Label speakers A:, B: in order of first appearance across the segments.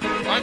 A: right?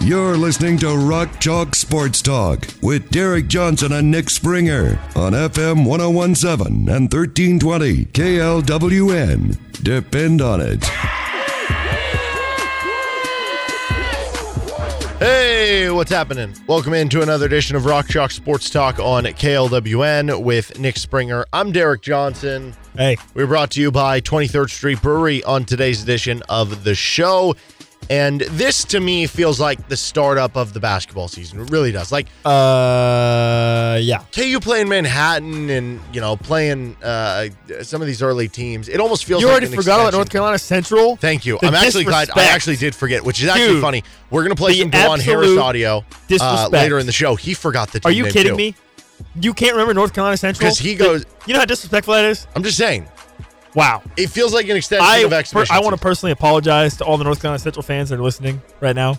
B: You're listening to Rock Chalk Sports Talk with Derek Johnson and Nick Springer on FM 1017 and 1320 KLWN. Depend on it.
C: Hey, what's happening? Welcome into another edition of Rock Chalk Sports Talk on KLWN with Nick Springer. I'm Derek Johnson.
D: Hey.
C: We're brought to you by 23rd Street Brewery on today's edition of the show. And this to me feels like the startup of the basketball season. It really does. Like
D: Uh, yeah.
C: KU playing Manhattan and, you know, playing uh, some of these early teams. It almost feels
D: You
C: like
D: already
C: an
D: forgot about
C: extension.
D: North Carolina Central?
C: Thank you.
D: The
C: I'm actually glad I
D: disrespect.
C: actually did forget, which is actually
D: Dude,
C: funny. We're gonna play
D: the
C: some Dewan Harris
D: absolute
C: audio uh,
D: disrespect.
C: later in the show. He forgot the.
D: Are
C: team
D: you
C: name,
D: kidding
C: too.
D: me? You can't remember North Carolina Central?
C: 'Cause he goes-
D: You know how disrespectful that is?
C: I'm just saying.
D: Wow.
C: It feels like an extension
D: I,
C: of
D: per-
C: exhibition.
D: I want to personally apologize to all the North Carolina Central fans that are listening right now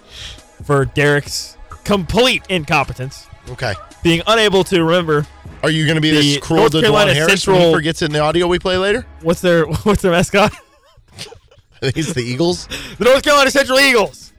D: for Derek's complete incompetence,
C: to. Okay.
D: being unable to remember
C: Are you gonna be this
D: The
C: cruel
D: North
C: to Dewan
D: Carolina
C: Harris when he
D: Central-
C: forgets it in the audio we play later?
D: what's their what's their mascot?
C: I think it's the Eagles.
D: The North Carolina Central Eagles.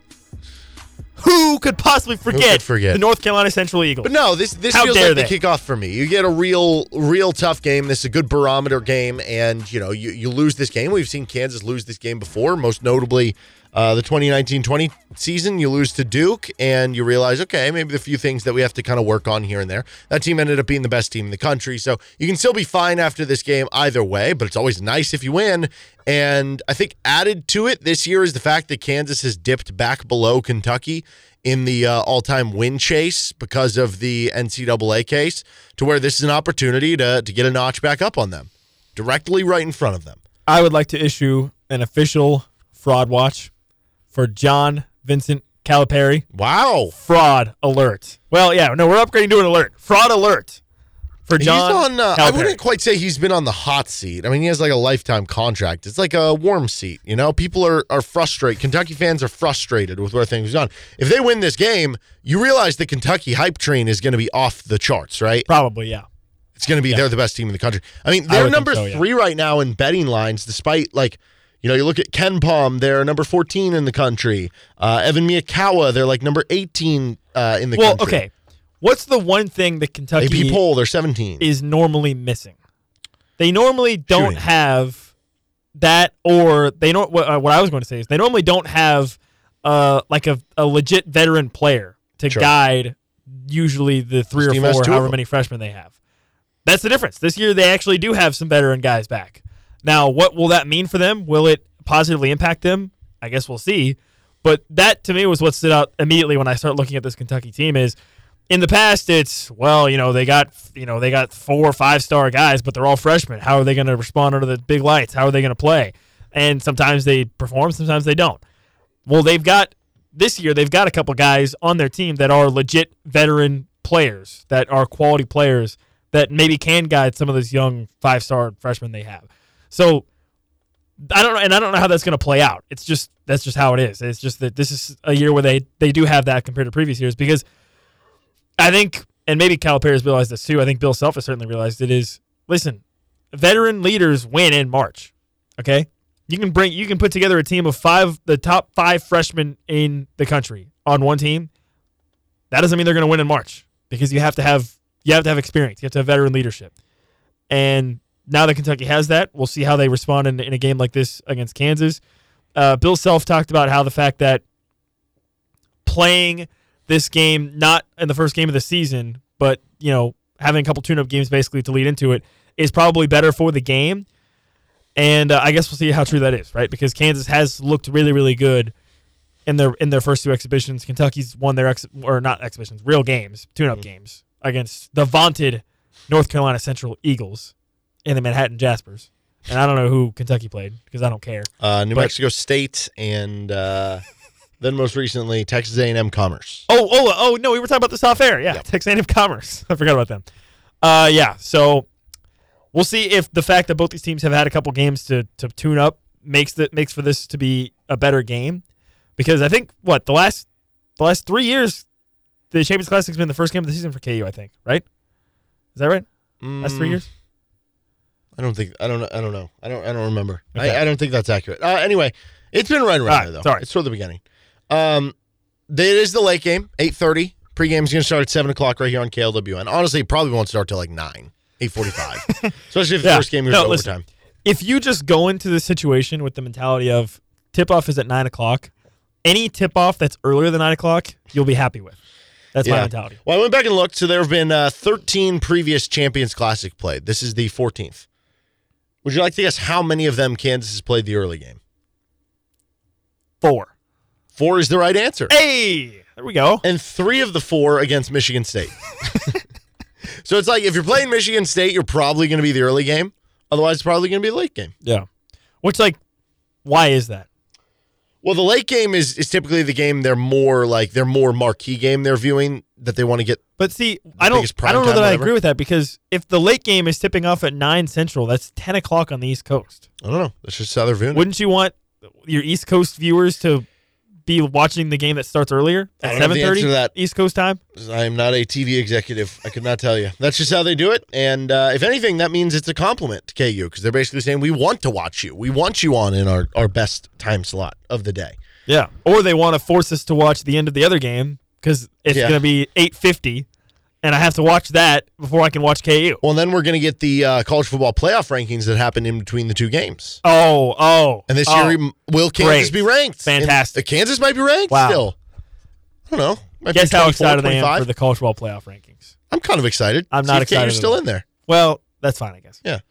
D: Who could possibly forget,
C: forget?
D: the North Carolina Central Eagles?
C: But no, this this
D: How
C: feels
D: dare
C: like the
D: they.
C: kickoff for me. You get a real, real tough game. This is a good barometer game, and you know you, you lose this game. We've seen Kansas lose this game before, most notably uh, the 2019-20 season. You lose to Duke, and you realize, okay, maybe the few things that we have to kind of work on here and there. That team ended up being the best team in the country, so you can still be fine after this game either way. But it's always nice if you win. And I think added to it this year is the fact that Kansas has dipped back below Kentucky in the uh, all-time win chase because of the NCAA case, to where this is an opportunity to to get a notch back up on them, directly right in front of them.
D: I would like to issue an official fraud watch for John Vincent Calipari.
C: Wow,
D: Fraud alert. Well, yeah, no, we're upgrading to an alert. Fraud alert for John.
C: he's on. Uh, I
D: Calipari.
C: wouldn't quite say he's been on the hot seat. I mean, he has like a lifetime contract. It's like a warm seat. You know, people are are frustrated. Kentucky fans are frustrated with where things have gone. If they win this game, you realize the Kentucky hype train is going to be off the charts, right?
D: Probably, yeah.
C: It's going to be they're the best team in the country. I mean, they're
D: would think
C: number
D: so, yeah.
C: three right now in betting lines, despite like. You know, you look at Ken Palm, they're number 14 in the country. Uh, Evan Miyakawa, they're like number 18 uh, in the
D: Well,
C: country.
D: okay. What's the one thing that
C: AP
D: Kentucky
C: poll, they're 17.
D: is normally missing? They normally don't
C: Shooting.
D: have that, or they don't. What, uh, what I was going to say is they normally don't have uh, like a, a legit veteran player to
C: Sure.
D: guide. Usually, the three
C: team
D: or
C: has
D: four,
C: two of
D: however
C: them.
D: many freshmen they have. That's the difference. This year, they actually do have some veteran guys back. Now, what will that mean for them? Will it positively impact them? I guess we'll see. But that to me was what stood out immediately when I start looking at this Kentucky team is in the past it's well, you know, they got you know, they got four or five star guys, but they're all freshmen. How are they going to respond under the big lights? How are they going to play? And sometimes they perform, sometimes they don't. Well, they've got this year they've got a couple guys on their team that are legit veteran players that are quality players that maybe can guide some of those young five star freshmen they have. So I don't know, and I don't know how that's going to play out. It's just that's just how it is. It's just that this is a year where they they do have that compared to previous years because I think, and maybe Calipari's realized this too. I think Bill Self has certainly realized it is. Listen, veteran leaders win in March. Okay, you can bring you can put together a team of five, the top five freshmen in the country on one team. That doesn't mean they're going to win in March because you have to have you have to have experience. You have to have veteran leadership, and now that Kentucky has that, we'll see how they respond in, in a game like this against Kansas. Uh, Bill Self talked about how the fact that playing this game not in the first game of the season, but you know having a couple tune-up games basically to lead into it is probably better for the game. And uh, I guess we'll see how true that is, right? Because Kansas has looked really, really good in their in their first two exhibitions. Kentucky's won their ex or not exhibitions, real games, tune-up games against the vaunted North Carolina Central Eagles and the Manhattan Jaspers. And I don't know who Kentucky played because I don't care.
C: Uh, New
D: But-
C: Mexico State and uh, Then most recently, Texas A&M Commerce.
D: Oh, oh, oh, no, we were talking about this off air. Yeah, Texas A&M Commerce. I forgot about them. Uh, yeah, so we'll see if the fact that both these teams have had a couple games to, to tune up makes that makes for this to be a better game, because I think what the last the last three years, the Champions Classic has been the first game of the season for KU. I think, right? Is that right? Last three
C: Mm,
D: years.
C: I don't think I don't I don't know. I don't I don't remember.
D: Okay.
C: I, I don't think that's accurate. Uh, anyway, it's been right around
D: Alright,
C: there though.
D: sorry.
C: It's toward the beginning. Um, there it is the late game, eight thirty. Pregame's gonna start at seven o'clock right here on KLWN. Honestly, it probably won't start till like nine, eight forty-five. Especially if the
D: Yeah.
C: first game goes
D: No,
C: to
D: listen.
C: overtime.
D: if you just go into this situation with the mentality of tip off is at nine o'clock, any tip off that's earlier than nine o'clock, you'll be happy with. That's my mentality.
C: Well, I went back and looked. So there have been uh, 13 previous Champions Classic played. This is the 14th. Would you like to guess how many of them Kansas has played the early game?
D: Four.
C: Four is the right answer.
D: Hey, there we go.
C: And three of the four against Michigan State. so it's like if you're playing Michigan State, you're probably going to be the early game. Otherwise, it's probably going to be the late game.
D: Yeah. Which like, why is that?
C: Well, the late game is is typically the game they're more like they're more marquee game they're viewing that they want to get.
D: But see, I don't,
C: biggest
D: I don't know
C: primetime,
D: that I
C: whatever.
D: agree with that because if the late game is tipping off at nine central, that's ten o'clock on the East Coast.
C: I don't know. That's just how they're viewing. it.
D: Wouldn't you want your East Coast viewers to be watching the game that starts earlier
C: I
D: at
C: don't know
D: seven
C: the answer
D: thirty
C: to that.
D: East Coast time?
C: I am not a TV executive. I could not tell you. That's just how they do it. And uh, if anything, that means it's a compliment to KU because they're basically saying we want to watch you. We want you on in our, our best time slot of the day.
D: Yeah, or they want to force us to watch the end of the other game because it's
C: Yeah.
D: going to be eight fifty, and I have to watch that before I can watch KU.
C: Well, and then we're going to get the uh, college football playoff rankings that happened in between the two games.
D: Oh, oh,
C: And this
D: oh.
C: year, m- will Kansas
D: great.
C: be ranked? And
D: Fantastic.
C: Kansas might be ranked
D: Wow.
C: still. I don't know. Might be
D: guess how
C: 24,
D: excited I am
C: 25.
D: for the college football playoff rankings.
C: I'm kind of excited.
D: I'm
C: See
D: not
C: if KU's
D: excited at
C: still
D: all.
C: in there.
D: Well, that's fine, I guess.
C: But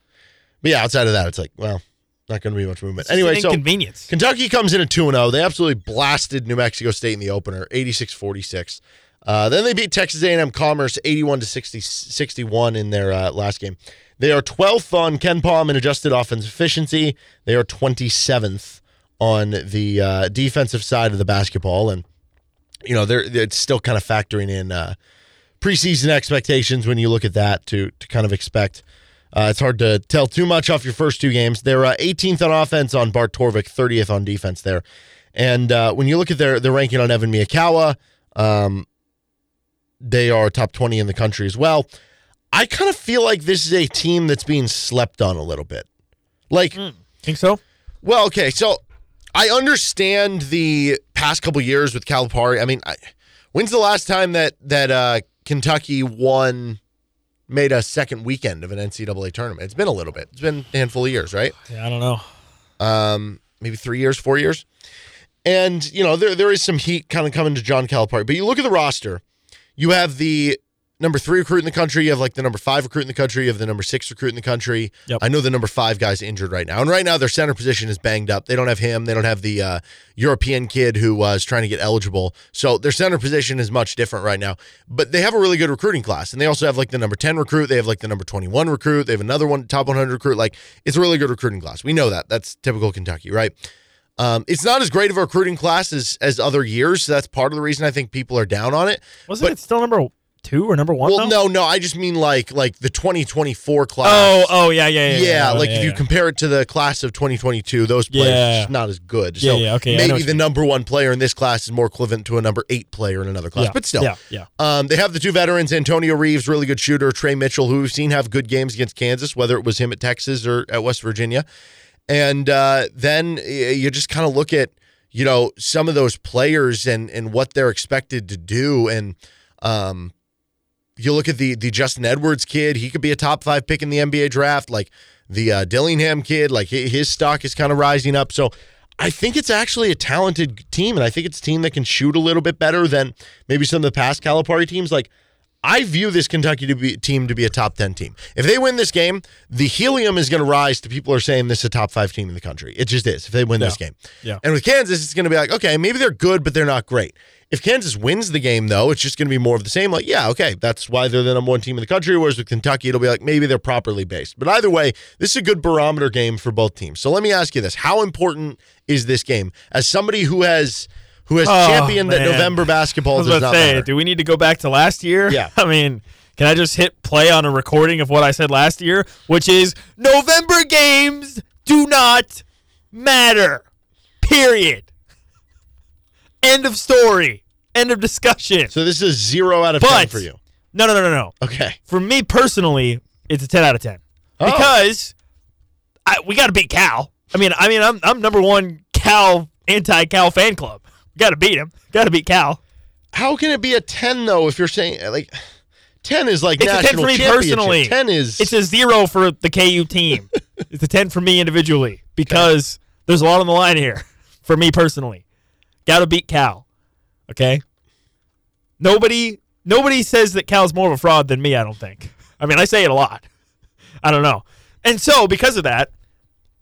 C: yeah, outside of that, it's like, well, not going to be much movement.
D: It's just
C: Anyway,
D: an
C: so
D: inconvenience.
C: Kentucky comes in at 2 0. They absolutely blasted New Mexico State in the opener, 86 46. Uh, then they beat Texas A&M Commerce 81 to 60, 61 in their uh, last game. They are 12th on Ken Palm in adjusted offense efficiency. They are 27th on the uh, defensive side of the basketball, and you know they're it's still kind of factoring in uh, preseason expectations when you look at that to to kind of expect. Uh, it's hard to tell too much off your first two games. They're uh, 18th on offense on Bart Torvik, 30th on defense there. And uh, when you look at their their ranking on Evan Miyakawa, um, they are top 20 in the country as well. I kind of feel like this is a team that's being slept on a little bit. Like
D: Think so?
C: well, okay, so I understand the past couple years with Calipari. I mean, I, when's the last time that that uh, Kentucky won, made a second weekend of an NCAA tournament? It's been a little bit. It's been a handful of years, right?
D: Yeah, I don't know.
C: um, maybe three years, four years. And you know, there there is some heat kind of coming to John Calipari. But you look at the roster, you have the number three recruit in the country, you have like the number five recruit in the country, you have the number six recruit in the country.
D: Yep.
C: I know the number five guy's injured right now, and right now their center position is banged up. They don't have him. They don't have the uh, European kid who uh, is trying to get eligible. So their center position is much different right now. But they have a really good recruiting class, and they also have like the number ten recruit. They have like the number twenty one recruit. They have another one top one hundred recruit. Like it's a really good recruiting class. We know that. That's typical Kentucky, right? Um, it's not as great of a recruiting class as as other years. So that's part of the reason I think people are down on it.
D: Wasn't
C: But-
D: it still number two or number one?
C: Well, no,
D: though?
C: no, I just mean like like the 2024 class.
D: Oh, oh, yeah, yeah, yeah.
C: yeah, like if you
D: yeah.
C: compare it to the class of 2022, those players
D: Yeah.
C: are just not as good.
D: Yeah,
C: so
D: yeah, okay, I know what
C: maybe
D: you
C: the
D: mean.
C: number one player in this class is more equivalent to a number eight player in another class,
D: Yeah,
C: but still.
D: yeah, yeah.
C: Um, they have the two veterans, Antonio Reeves, really good shooter, Trey Mitchell, who we've seen have good games against Kansas, whether it was him at Texas or at West Virginia. And uh, then y- you just kind of look at, you know, some of those players and and what they're expected to do. And um, you look at the the Justin Edwards kid; he could be a top five pick in the NBA draft. Like the uh, Dillingham kid, like hi- his stock is kind of rising up. So I think it's actually a talented team, and I think it's a team that can shoot a little bit better than maybe some of the past Calipari teams. Like I view this Kentucky to be, team to be a top ten team. If they win this game, the helium is going to rise to people who are saying this is a top five team in the country. It just is if they win this game.
D: Yeah.
C: And with Kansas, it's going to be like, okay, maybe they're good, but they're not great. If Kansas wins the game, though, it's just going to be more of the same. Like, yeah, okay, that's why they're the number one team in the country. Whereas with Kentucky, it'll be like maybe they're properly based. But either way, this is a good barometer game for both teams. So let me ask you this: How important is this game as somebody who has who has
D: Oh,
C: championed that
D: man.
C: November basketball
D: I was
C: does
D: about
C: not
D: to say,
C: matter.
D: do we need to go back to last year?
C: Yeah.
D: I mean, can I just hit play on a recording of what I said last year, which is November games do not matter. Period. End of story. End of discussion.
C: So this is zero out of ten
D: but
C: for you.
D: No, no, no, no, no.
C: Okay.
D: For me personally, it's a ten out of ten
C: Oh.
D: because I, we got to beat Cal. I mean, I mean, I'm I'm number one Cal anti-Cal fan club. Got to beat him. Got to beat Cal.
C: How can it be a ten though? If you're saying like ten is like
D: It's a
C: national
D: 10 for me
C: championship.
D: personally.
C: Ten is
D: It's a zero for the KU team. it's a 10 for me individually because there's a lot on the line here for me personally. Got to beat Cal. Okay? Nobody nobody says that Cal's more of a fraud than me, I don't think. I mean, I say it a lot. I don't know. And so, because of that,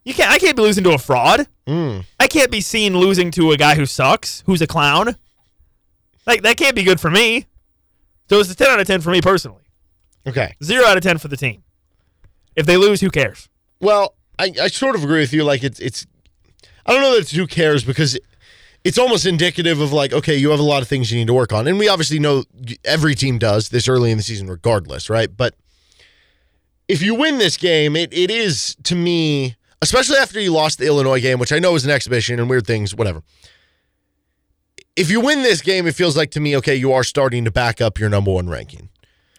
D: you can't I can't be losing to a fraud.
C: Hmm.
D: I can't be seen losing to a guy who sucks, who's a clown. Like that can't be good for me. So it's a 10 out of 10 for me personally.
C: okay.
D: Zero out of ten for the team. If they lose, who cares?
C: Well, I, I sort of agree with you. Like it's it's I don't know that it's who cares because it's almost indicative of like okay, you have a lot of things you need to work on, and we obviously know every team does this early in the season, regardless, right? But if you win this game, it it is to me, especially after you lost the Illinois game, which I know is an exhibition and weird things, whatever. If you win this game, it feels like to me, okay, you are starting to back up your number one ranking.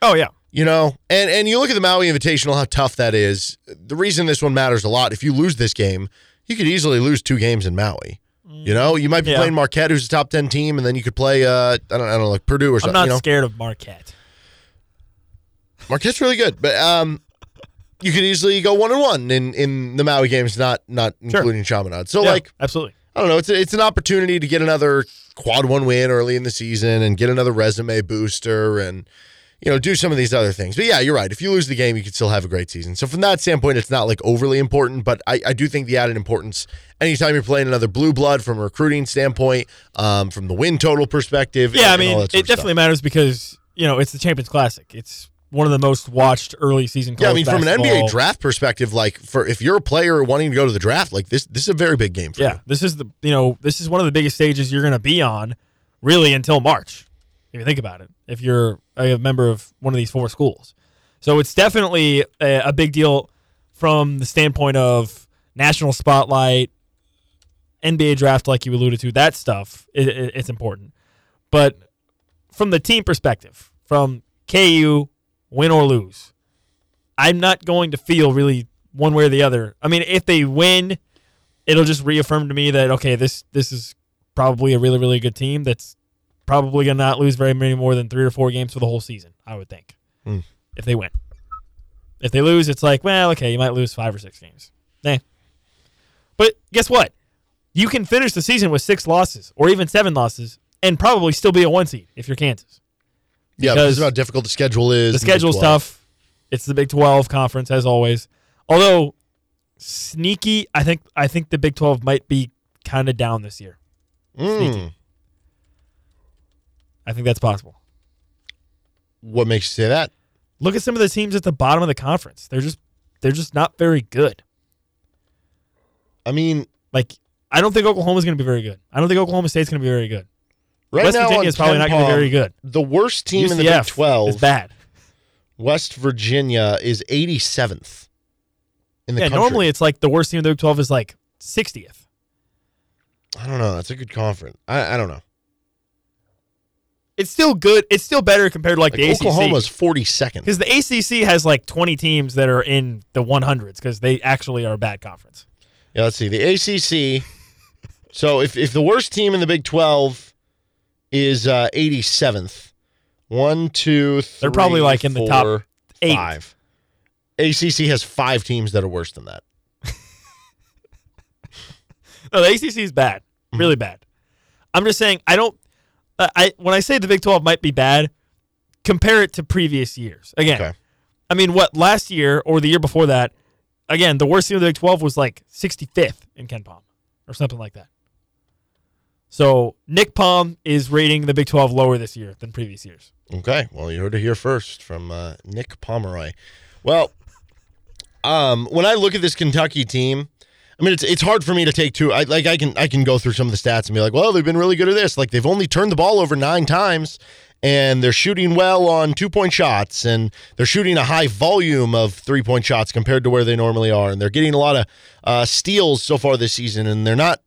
D: Oh yeah.
C: You know, and and you look at the Maui Invitational, how tough that is. The reason this one matters a lot, if you lose this game, you could easily lose two games in Maui. You know, you might be
D: Yeah.
C: playing Marquette, who's a top ten team, and then you could play uh, I don't, I don't know, like Purdue or
D: I'm
C: something.
D: not
C: you know?
D: scared of Marquette.
C: Marquette's really good, but um, you could easily go one and one in in the Maui games, not not including Chaminade. So
D: Yeah,
C: like,
D: absolutely.
C: I don't know. It's a, it's an opportunity to get another quad one win early in the season and get another resume booster and you know do some of these other things. But yeah, you're right. If you lose the game, you could still have a great season. So from that standpoint, it's not like overly important. But I, I do think the added importance anytime you're playing another blue blood from a recruiting standpoint, um, from the win total perspective.
D: Yeah, I
C: and- and all
D: mean,
C: that
D: it
C: sort of
D: definitely
C: stuff.
D: matters because you know it's the Champions Classic. It's one of the most watched early season.
C: Yeah, I
D: college
C: mean, from an
D: basketball.
C: NBA draft perspective, like for if you're a player wanting to go to the draft, like this, this is a very big game for
D: Yeah, this is the you know this is one of the biggest stages you're going to be on, really until March. If you think about it, if you're a member of one of these four schools, so it's definitely a, a big deal from the standpoint of national spotlight, NBA draft, like you alluded to, that stuff. It, it, it's important, but from the team perspective, from KU, win or lose, I'm not going to feel really one way or the other. I mean, if they win it'll just reaffirm to me that okay, this this is probably a really really good team that's probably gonna not lose very many more than three or four games for the whole season. I would think
C: Hmm.
D: if they win. If they lose, it's like well, okay, you might lose five or six games. Eh. But guess what? You can finish the season with six losses or even seven losses and probably still be a one seed if you're Kansas.
C: yeah, because
D: because
C: of how difficult the schedule is.
D: The
C: and Big
D: schedule's
C: 12.
D: tough. It's the Big 12 conference as always. Although sneaky, I think I think the Big 12 might be kind of down this year.
C: Mm.
D: I think that's possible.
C: What makes you say that?
D: Look at some of the teams at the bottom of the conference. They're just they're just not very good.
C: I mean,
D: Like I don't think Oklahoma's going to be very good. I don't think Oklahoma State's going to be very good.
C: right
D: West
C: now
D: Virginia
C: on
D: is probably not going to be
C: Ken
D: very
C: Palm,
D: good.
C: The worst team in the
D: UCF
C: Big
D: is
C: 12,
D: bad.
C: West Virginia, is 87th in the
D: Yeah,
C: country.
D: normally it's like the worst team in the Big 12 is like 60th.
C: I don't know. That's a good conference. I, I don't know.
D: It's still good. It's still better compared to like,
C: Like
D: the ACC.
C: Oklahoma's 42nd.
D: Because the ACC has like 20 teams that are in the 100s because they actually are a bad conference.
C: Yeah, let's see. The ACC. so if, if the worst team in the Big 12 is uh, 87th, one, two, three,
D: They're probably, like, in the top
C: four,
D: eight.
C: Five. ACC has five teams that are worse than that.
D: No, the ACC is bad,
C: Mm-hmm.
D: really bad. I'm just saying I don't. I- I when I say the Big 12 might be bad, compare it to previous years. Again,
C: Okay.
D: I mean, what last year or the year before that? Again, the worst team of the Big 12 was like 65th in Ken Palm or something like that. So Nick Palm is rating the Big 12 lower this year than previous years.
C: Okay. Well, you heard it here first from uh, Nick Pomeroy. Well, um, when I look at this Kentucky team, I mean, it's it's hard for me to take two. I like I can I can go through some of the stats and be like, well, they've been really good at this. Like they've only turned the ball over nine times, and they're shooting well on two point shots, and they're shooting a high volume of three point shots compared to where they normally are, and they're getting a lot of uh, steals so far this season, and they're not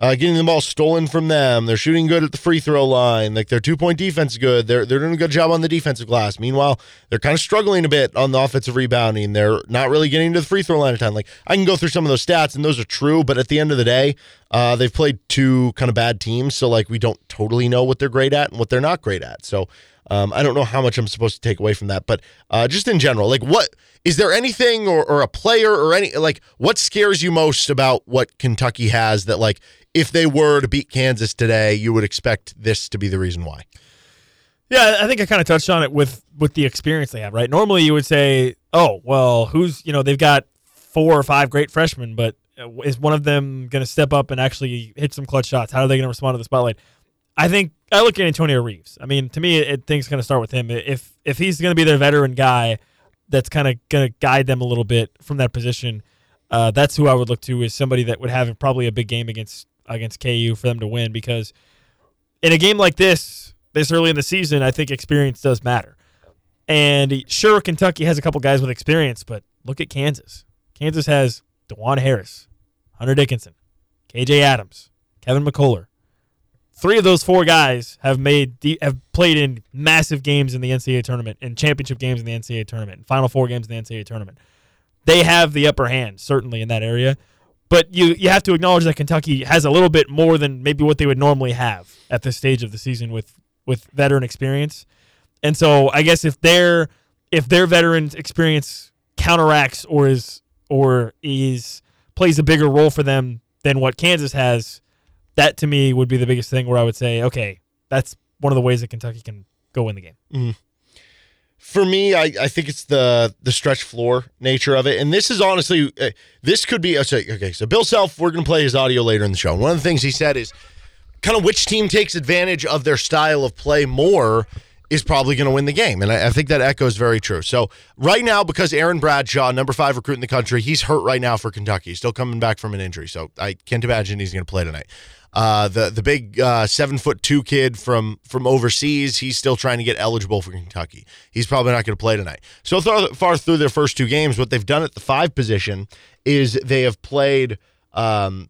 C: uh, getting the ball stolen from them. They're shooting good at the free throw line. Like their two point defense is good. They're they're doing a good job on the defensive glass. Meanwhile, they're kind of struggling a bit on the offensive rebounding. They're not really getting to the free throw line a ton. Like I can go through some of those stats, and those are true. But at the end of the day, uh, they've played two kind of bad teams, so like we don't totally know what they're great at and what they're not great at. So. Um, I don't know how much I'm supposed to take away from that, but uh, just in general, like what is there anything or, or a player or any like what scares you most about what Kentucky has that like if they were to beat Kansas today, you would expect this to be the reason why?
D: Yeah, I think I kind of touched on it with with the experience they have, right? Normally you would say, "Oh, well, who's, you know, they've got four or five great freshmen, but uh, is one of them going to step up and actually hit some clutch shots? How are they going to respond to the spotlight?" I think I look at Antonio Reeves. I mean, to me, it, it things going to start with him. If if he's going to be their veteran guy, that's kind of going to guide them a little bit from that position. Uh, that's who I would look to is somebody that would have probably a big game against against KU for them to win because in a game like this, this early in the season, I think experience does matter. And sure, Kentucky has a couple guys with experience, but look at Kansas. Kansas has Dewan Harris, Hunter Dickinson, KJ Adams, Kevin McCullough. Three of those four guys have made the, have played in massive games in the NCAA tournament and championship games in the NCAA tournament and final four games in the NCAA tournament. They have the upper hand certainly in that area, but you you have to acknowledge that Kentucky has a little bit more than maybe what they would normally have at this stage of the season with with veteran experience. And so I guess if their if their veteran experience counteracts or is or is plays a bigger role for them than what Kansas has, that to me would be the biggest thing where I would say, okay, that's one of the ways that Kentucky can go win the game.
C: for me, I, I think it's the the stretch floor nature of it, and this is honestly, uh, this could be okay. okay, So Bill Self, we're gonna play his audio later in the show. And one of the things he said is, kind of which team takes advantage of their style of play more is probably going to win the game. And I, I think that echoes very true. So, right now, because Aaron Bradshaw, number five recruit in the country, he's hurt right now for Kentucky. He's still coming back from an injury. So, I can't imagine he's going to play tonight. Uh, the the big uh, seven foot two kid from from overseas, he's still trying to get eligible for Kentucky. He's probably not going to play tonight. So far, far through their first two games, what they've done at the five position is they have played um,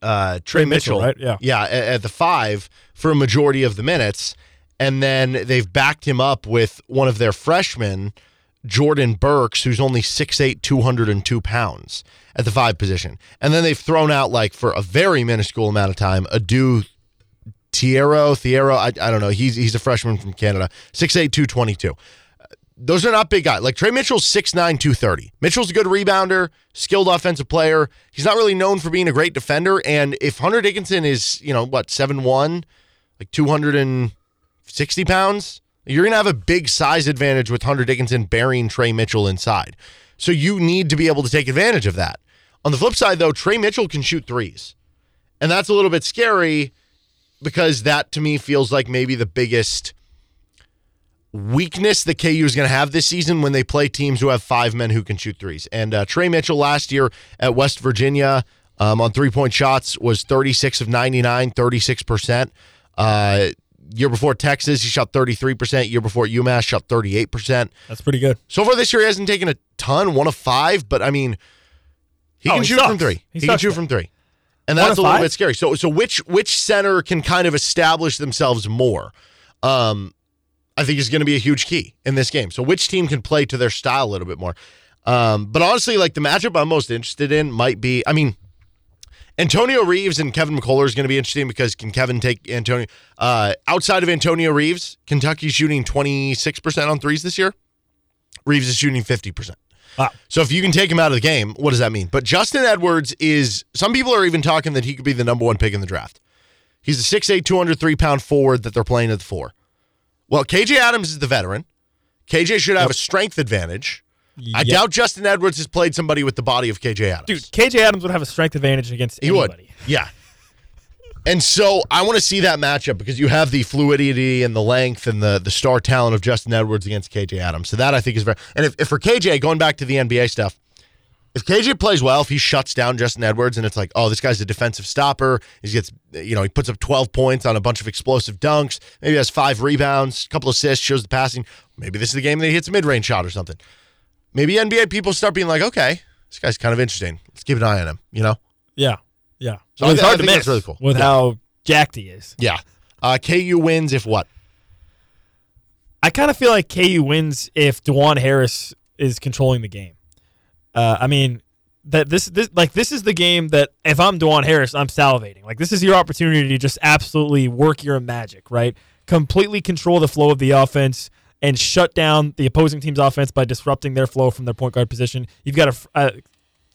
C: uh, Trey,
D: Mitchell,
C: Mitchell,
D: right? Yeah.
C: yeah, a- at, the five for a majority of the minutes, and then they've backed him up with one of their freshmen, Jordan Burks, who's only 6'8", 202 pounds at the five position, and then they've thrown out like for a very minuscule amount of time a do Tierra, Tierra, I, I don't know. He's he's a freshman from Canada, 6'8", 222 those are not big guys. Like Trey Mitchell's 6'9, 230. Mitchell's a good rebounder, skilled offensive player. He's not really known for being a great defender. And if Hunter Dickinson is, you know, what, 7'1, like 260 pounds, you're going to have a big size advantage with Hunter Dickinson burying Trey Mitchell inside. So you need to be able to take advantage of that. On the flip side, though, Trey Mitchell can shoot threes. And that's a little bit scary because that to me feels like maybe the biggest weakness that KU is going to have this season when they play teams who have five men who can shoot threes. And uh, Trey Mitchell last year at West Virginia um, on three point shots was 36 of 99, 36%. Uh, year before Texas, he shot 33%. Year before UMass, shot 38%.
D: That's pretty good.
C: So far this year, he hasn't taken a ton, one of five, but I mean, he
D: Oh,
C: can
D: he
C: shoot from
D: sucks.
C: three. He,
D: He
C: can
D: sucks
C: shoot
D: though.
C: from three, and
D: One
C: that's a
D: of
C: little
D: five?
C: bit scary. So, so which which center can kind of establish themselves more? Um, I think is going to be a huge key in this game. So, which team can play to their style a little bit more? Um, but honestly, like the matchup I'm most interested in might be, I mean, Antonio Reeves and Kevin McCullough is going to be interesting because can Kevin take Antonio? Uh, outside of Antonio Reeves, Kentucky's shooting 26% on threes this year. Reeves is shooting 50%.
D: Wow.
C: So if you can take him out of the game, what does that mean? But Justin Edwards is, some people are even talking that he could be the number one pick in the draft. He's a 6'8, 203 pound forward that they're playing at the four. Well, KJ Adams is the veteran. KJ should have a strength advantage. I
D: Yep.
C: doubt Justin Edwards has played somebody with the body of KJ Adams.
D: Dude, KJ Adams would have a strength advantage against
C: He
D: anybody.
C: would. Yeah. And so I want to see that matchup because you have the fluidity and the length and the the star talent of Justin Edwards against KJ Adams. So that I think is very and if, if for KJ, going back to the NBA stuff, If KJ plays well, if he shuts down Justin Edwards and it's like, oh, this guy's a defensive stopper, he gets, you know, he puts up 12 points on a bunch of explosive dunks, maybe has five rebounds, a couple assists, shows the passing. Maybe this is the game that he hits a mid range shot or something. Maybe NBA people start being like, okay, this guy's kind of interesting. Let's keep an eye on him, you know?
D: Yeah, yeah.
C: So
D: Well,
C: I
D: it's
C: thi- I
D: hard
C: think
D: to miss
C: that's really cool.
D: with
C: Yeah.
D: how jacked he is.
C: Yeah. Uh, KU wins if what?
D: I kind of feel like KU wins if Dewan Harris is controlling the game. Uh, I mean, that this this like this is the game that if I'm Dewan Harris, I'm salivating. Like this is your opportunity to just absolutely work your magic, right? Completely control the flow of the offense and shut down the opposing team's offense by disrupting their flow from their point guard position. You've got a, uh, fr- a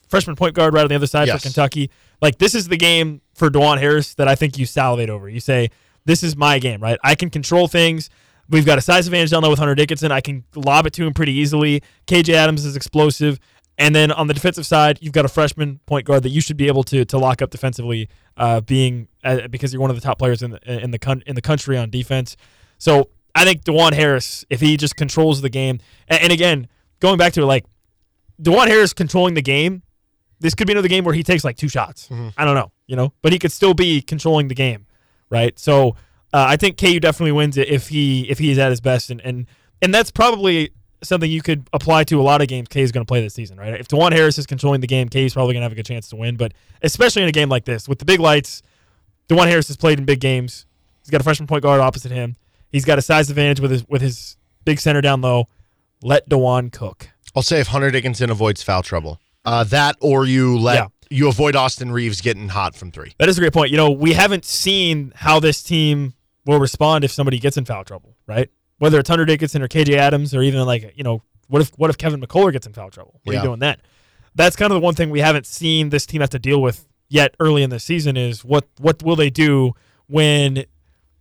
D: freshman point guard right on the other side
C: Yes.
D: for Kentucky. Like this is the game for Dewan Harris that I think you salivate over. You say, "This is my game, right? I can control things." We've got a size advantage down low with Hunter Dickinson. I can lob it to him pretty easily. KJ Adams is explosive, and then on the defensive side, you've got a freshman point guard that you should be able to to lock up defensively, uh, being uh, because you're one of the top players in the in the con- in the country on defense. So I think Dewan Harris, if he just controls the game, and, and again, going back to it, like Dewan Harris controlling the game, this could be another game where he takes like two shots. I don't know, you know, but he could still be controlling the game, right? So uh, I think KU definitely wins it if he if he is at his best, and and and that's probably something you could apply to a lot of games KU is going to play this season, right? If Dewan Harris is controlling the game, KU is probably going to have a good chance to win, but especially in a game like this with the big lights, Dewan Harris has played in big games. He's got a freshman point guard opposite him. He's got a size advantage with his with his big center down low. Let Dewan cook.
C: I'll say if Hunter Dickinson avoids foul trouble. Uh, that or you let
D: Yeah.
C: you avoid Austin Reeves getting hot from three.
D: That is a great point. You know, we haven't seen how this team will respond if somebody gets in foul trouble, right? Whether it's Hunter Dickinson or KJ Adams or even like, you know, what if what if Kevin McCullough gets in foul trouble? What
C: Yeah.
D: are you doing then? That's kind of the one thing we haven't seen this team have to deal with yet early in the season is what what will they do when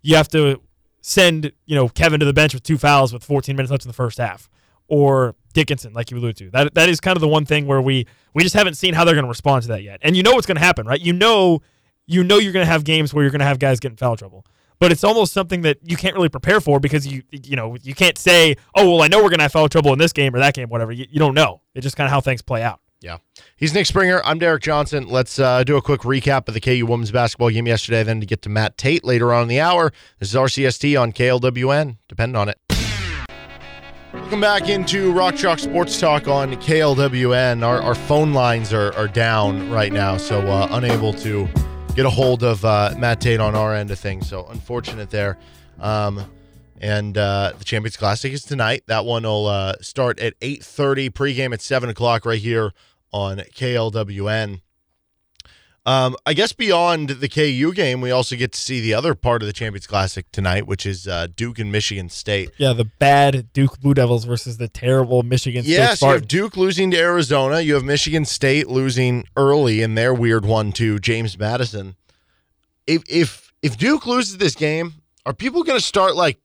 D: you have to send, you know, Kevin to the bench with two fouls with 14 minutes left in the first half. Or Dickinson, like you alluded to. That that is kind of the one thing where we we just haven't seen how they're gonna respond to that yet. And you know what's gonna happen, right? You know you know you're going to have games where you're going to have guys get in foul trouble. But it's almost something that you can't really prepare for because you you know you can't say oh well I know we're going to have foul trouble in this game or that game whatever you, you don't know it's just kind of how things play out.
C: Yeah. He's Nick Springer. I'm Derek Johnson. Let's uh, do a quick recap of the KU women's basketball game yesterday, then to get to Matt Tate later on in the hour. This is RCST on KLWN. Depend on it. Welcome back into Rock Chalk Sports Talk on KLWN. Our, our phone lines are, are down right now, so uh, unable to get a hold of uh, Matt Tate on our end of things. So unfortunate there. Um, and uh, the Champions Classic is tonight. That one will uh, start at 8.30, pregame at 7 o'clock right here on KLWN. Um, I guess beyond the KU game, we also get to see the other part of the Champions Classic tonight, which is uh, Duke and Michigan State.
D: Yeah, the bad Duke Blue Devils versus the terrible Michigan
C: Yes, you have Duke losing to Arizona. You have Michigan State losing early in their weird one to James Madison. If if if Duke loses this game, are people going to start like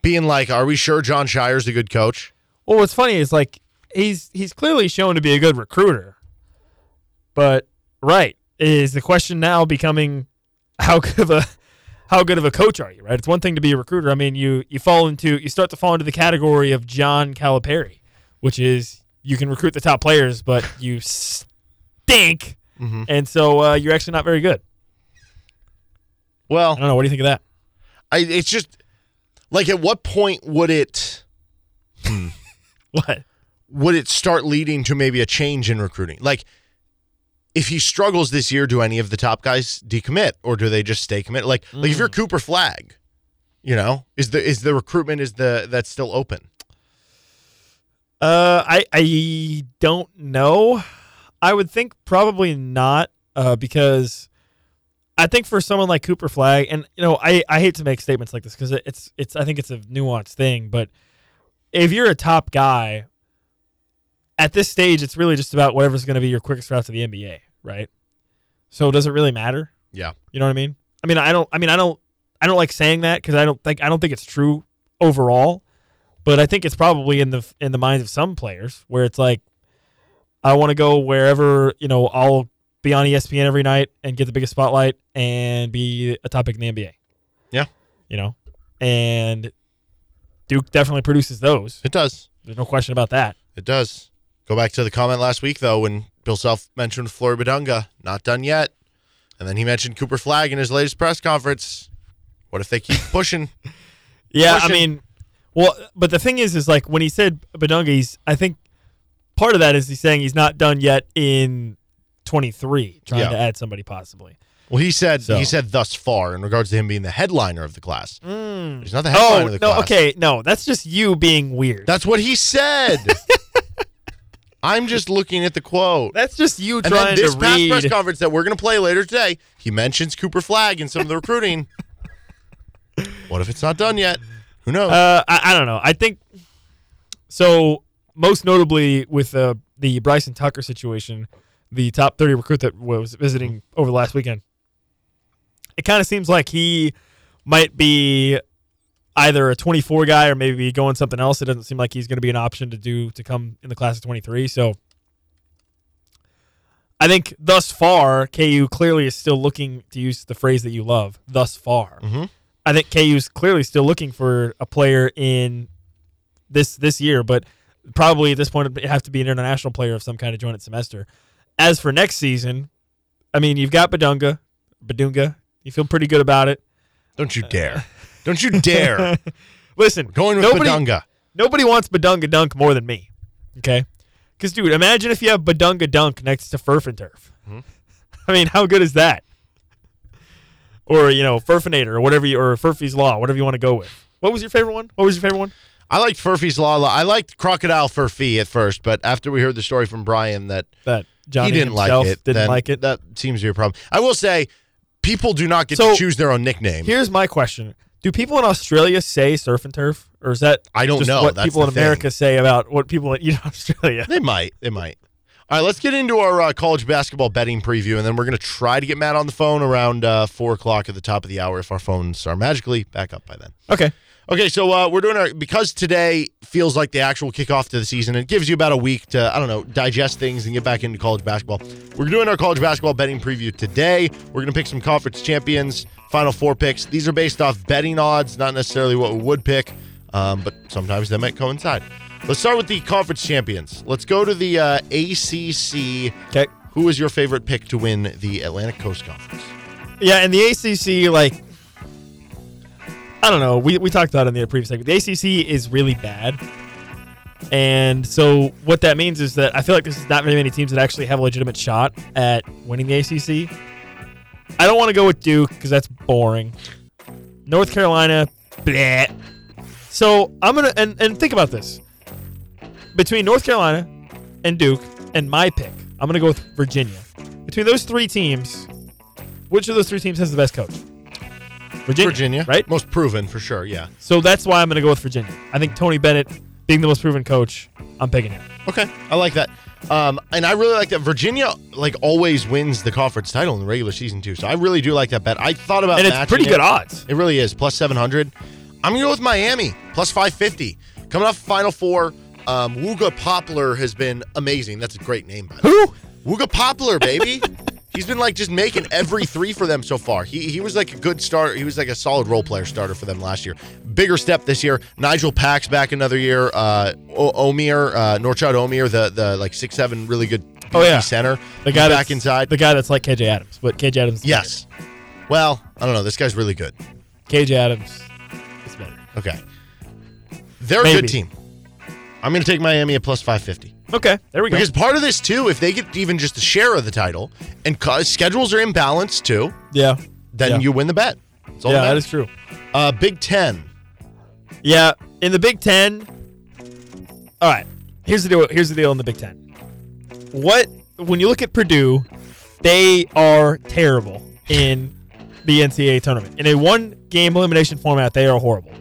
C: being like, "Are we sure John Shire's a good coach?"
D: Well, what's funny is like he's he's clearly shown to be a good recruiter, but right is the question now becoming how good of a how good of a coach are you? Right, it's one thing to be a recruiter. I mean, you you fall into you start to fall into the category of John Calipari, which is you can recruit the top players, but you stink,
C: Mhm.
D: and so uh, you're actually not very good. I
C: Well,
D: don't know. What do you think of that?
C: I, it's just like at what point would it
D: What?
C: would it start leading to maybe a change in recruiting? Like if he struggles this year, do any of the top guys decommit or do they just stay committed? Like like if you're Cooper Flag, you know, is the is the recruitment is the that's still open?
D: Uh, I I don't know. I would think probably not, uh, because I think for someone like Cooper Flag, and you know, I, I hate to make statements like this because it, it's it's I think it's a nuanced thing, but if you're a top guy, at this stage, it's really just about whatever's going to be your quickest route to the NBA, right? So does it really matter?
C: Yeah.
D: You know what I mean? I mean, I don't. I mean, I don't. I don't like saying that because I don't think I don't think it's true overall. But I think it's probably in the in the minds of some players where it's like, I want to go wherever you know I'll be on E ESPN every night and get the biggest spotlight and be a topic in the NBA.
C: Yeah.
D: You know, and Duke definitely produces those.
C: It does.
D: There's no question about that.
C: It does. Go back to the comment last week though when Bill Self mentioned Floribadunga, not done yet, and then he mentioned Cooper Flag in his latest press conference. What if they keep pushing?
D: Yeah, I
C: Pushing.
D: mean, well, but the thing is, is like when he said Badunga, he's I think part of that is he's saying he's not done yet in 23, trying
C: Yeah.
D: to add somebody possibly.
C: Well, he said
D: So.
C: he said thus far in regards to him being the headliner of the class. He's not the headliner
D: Oh
C: of the
D: no,
C: class.
D: okay, no, that's just you being weird.
C: That's what he said. I'm just looking at the quote.
D: that's just you
C: And then
D: trying
C: this
D: to
C: past press
D: read.
C: conference that we're going to play later today, he mentions Cooper Flag and some of the recruiting. what if it's not done yet? Who knows?
D: Uh, I, I don't know. I think so. Most notably with uh, the Bryson Tucker situation, the top 30 recruit that was visiting over the last weekend, it kind of seems like he might be either a 24 guy or maybe going something else. It doesn't seem like he's going to be an option to do to come in the class of 23. So I think thus far, KU clearly is still looking to use the phrase that you love, thus far. I think KU's clearly still looking for a player in this this year, but probably at this point it'd have to be an international player of some kind to join it semester. As for next season, I mean you've got Badunga, Badunga. You feel pretty good about it.
C: Don't you dare. Don't you dare.
D: Listen,
C: Going with
D: nobody,
C: Badunga.
D: Nobody wants Badunga Dunk more than me. Okay? Because, dude, imagine if you have Badunga Dunk next to Furf and Turf.
C: Hmm?
D: I mean, how good is that? Or, you know, Furfinator or whatever you, or Furfy's Law, whatever you want to go with. What was your favorite one? What was your favorite one?
C: I liked Furphy's Law. Law. I liked Crocodile Furphy at first, but after we heard the story from Brian that
D: That Johnny
C: he didn't
D: himself
C: like it,
D: Didn't
C: then
D: like it.
C: That seems to be a problem. I will say, people do not get
D: So-
C: to choose their own nickname.
D: Here's my question: Do people in Australia say surf and turf, or is that
C: I don't
D: just
C: know.
D: what
C: That's
D: people
C: the
D: in America
C: thing.
D: say about what people in you know, Australia?
C: They might. They might. All right, let's get into our uh, college basketball betting preview, and then we're going to try to get Matt on the phone around uh, 4 o'clock at the top of the hour if our phones are magically back up by then.
D: Okay,
C: Okay, so uh, we're doing our because today feels like the actual kickoff to the season. It gives you about a week to I don't know digest things and get back into college basketball. We're doing our college basketball betting preview today. We're gonna pick some conference champions, Final Four picks. These are based off betting odds, not necessarily what we would pick, um, but sometimes they might coincide. Let's start with the conference champions. Let's go to the uh, ACC.
D: okay,
C: Who is your favorite pick to win the Atlantic Coast Conference?
D: yeah. And the ACC, like, I don't know. We we talked about it in the previous segment. The ACC is really bad, and so what that means is that I feel like there's not very many teams that actually have a legitimate shot at winning the ACC. I don't want to go with Duke because that's boring. North Carolina, bleh. So I'm gonna and, and think about this. Between North Carolina and Duke and my pick, I'm gonna go with Virginia. Between those three teams, which of those three teams has the best coach? Virginia,
C: Virginia,
D: right?
C: Most proven for sure. Yeah.
D: So that's why I'm gonna go with Virginia. I think Tony Bennett, being the most proven coach, I'm picking him.
C: Okay, I like that. Um, and I really like that Virginia like always wins the conference title in the regular season too. So I really do like that bet. I thought about
D: And
C: matching
D: it's pretty
C: it.
D: good odds.
C: It really is plus seven hundred. I'm gonna go with Miami plus five fifty. Coming off Final Four, um, Wooga Poplar has been amazing. That's a great name. By the way.
D: Who?
C: Wooga Poplar, baby. He's been like just making every three for them so far. He he was like a good starter. He was like a solid role player starter for them last year. Bigger step this year. Nigel Pack's back another year. Uh, o- Omir, uh, Norchad Omir, the the like six seven really good
D: Oh, yeah.
C: center.
D: The
C: He's back
D: guy that's-
C: inside.
D: The guy that's like KJ Adams, but KJ Adams. is
C: yes. Well, I don't know. This guy's really good.
D: better. KJ Adams is better.
C: Okay. They're a
D: Maybe.
C: good team. I'm going to take Miami at plus 550.
D: Okay, there we go.
C: Because part of this, too, if they get even just a share of the title and cause schedules are imbalanced, too,
D: yeah,
C: then
D: Yeah.
C: you win the bet. It's all
D: yeah,
C: that
D: that
C: matters.
D: is true.
C: uh, Big Ten.
D: Yeah, in the Big Ten. All right, here's the deal. Here's the deal in the Big Ten. What when you look at Purdue, they are terrible in the NCAA tournament. In a one-game elimination format, they are horrible.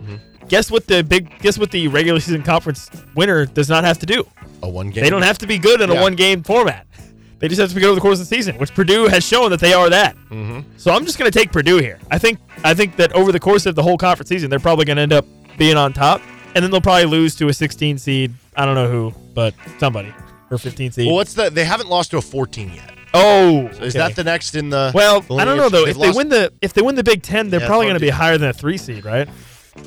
D: Guess what the big? Guess what the regular season conference winner does not have to do.
C: A one game.
D: They don't have to be good in
C: Yeah.
D: a one-game format. They just have to be good over the course of the season, which Purdue has shown that they are that.
C: Mm-hmm.
D: So I'm just going to take Purdue here. I think I think that over the course of the whole conference season, they're probably going to end up being on top, and then they'll probably lose to a 16 seed. I don't know who, but somebody or 15 seed.
C: Well, what's the? They haven't lost to a 14 yet.
D: Oh,
C: Is
D: okay.
C: that the next in the?
D: well?
C: the
D: I don't
C: lineage?
D: know though.
C: They've
D: If they
C: lost-
D: win the if they win the Big Ten, they're
C: Yeah,
D: probably
C: it's
D: going
C: hard to do.
D: to be higher than a three seed, right?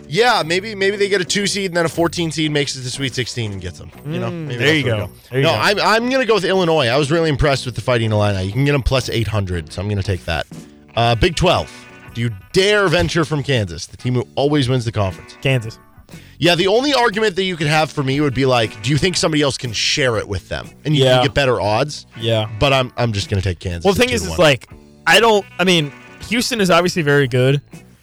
C: Yeah, maybe maybe they get a two seed and then a 14 seed makes it to Sweet 16 and gets them. You know, maybe
D: Mm, there you
C: that's where
D: go.
C: we
D: There you
C: no,
D: go.
C: I'm I'm gonna go with Illinois. I was really impressed with the Fighting Illini. You can get them plus 800, so I'm gonna take that. Uh, Big 12. Do you dare venture from Kansas, the team who always wins the conference?
D: Kansas.
C: Yeah, the only argument that you could have for me would be like, do you think somebody else can share it with them and you
D: Yeah.
C: can get better odds?
D: Yeah.
C: But I'm I'm just gonna take Kansas.
D: Well, the
C: at
D: thing
C: two
D: is,
C: to
D: is
C: one.
D: like I don't. I mean, Houston is obviously very good,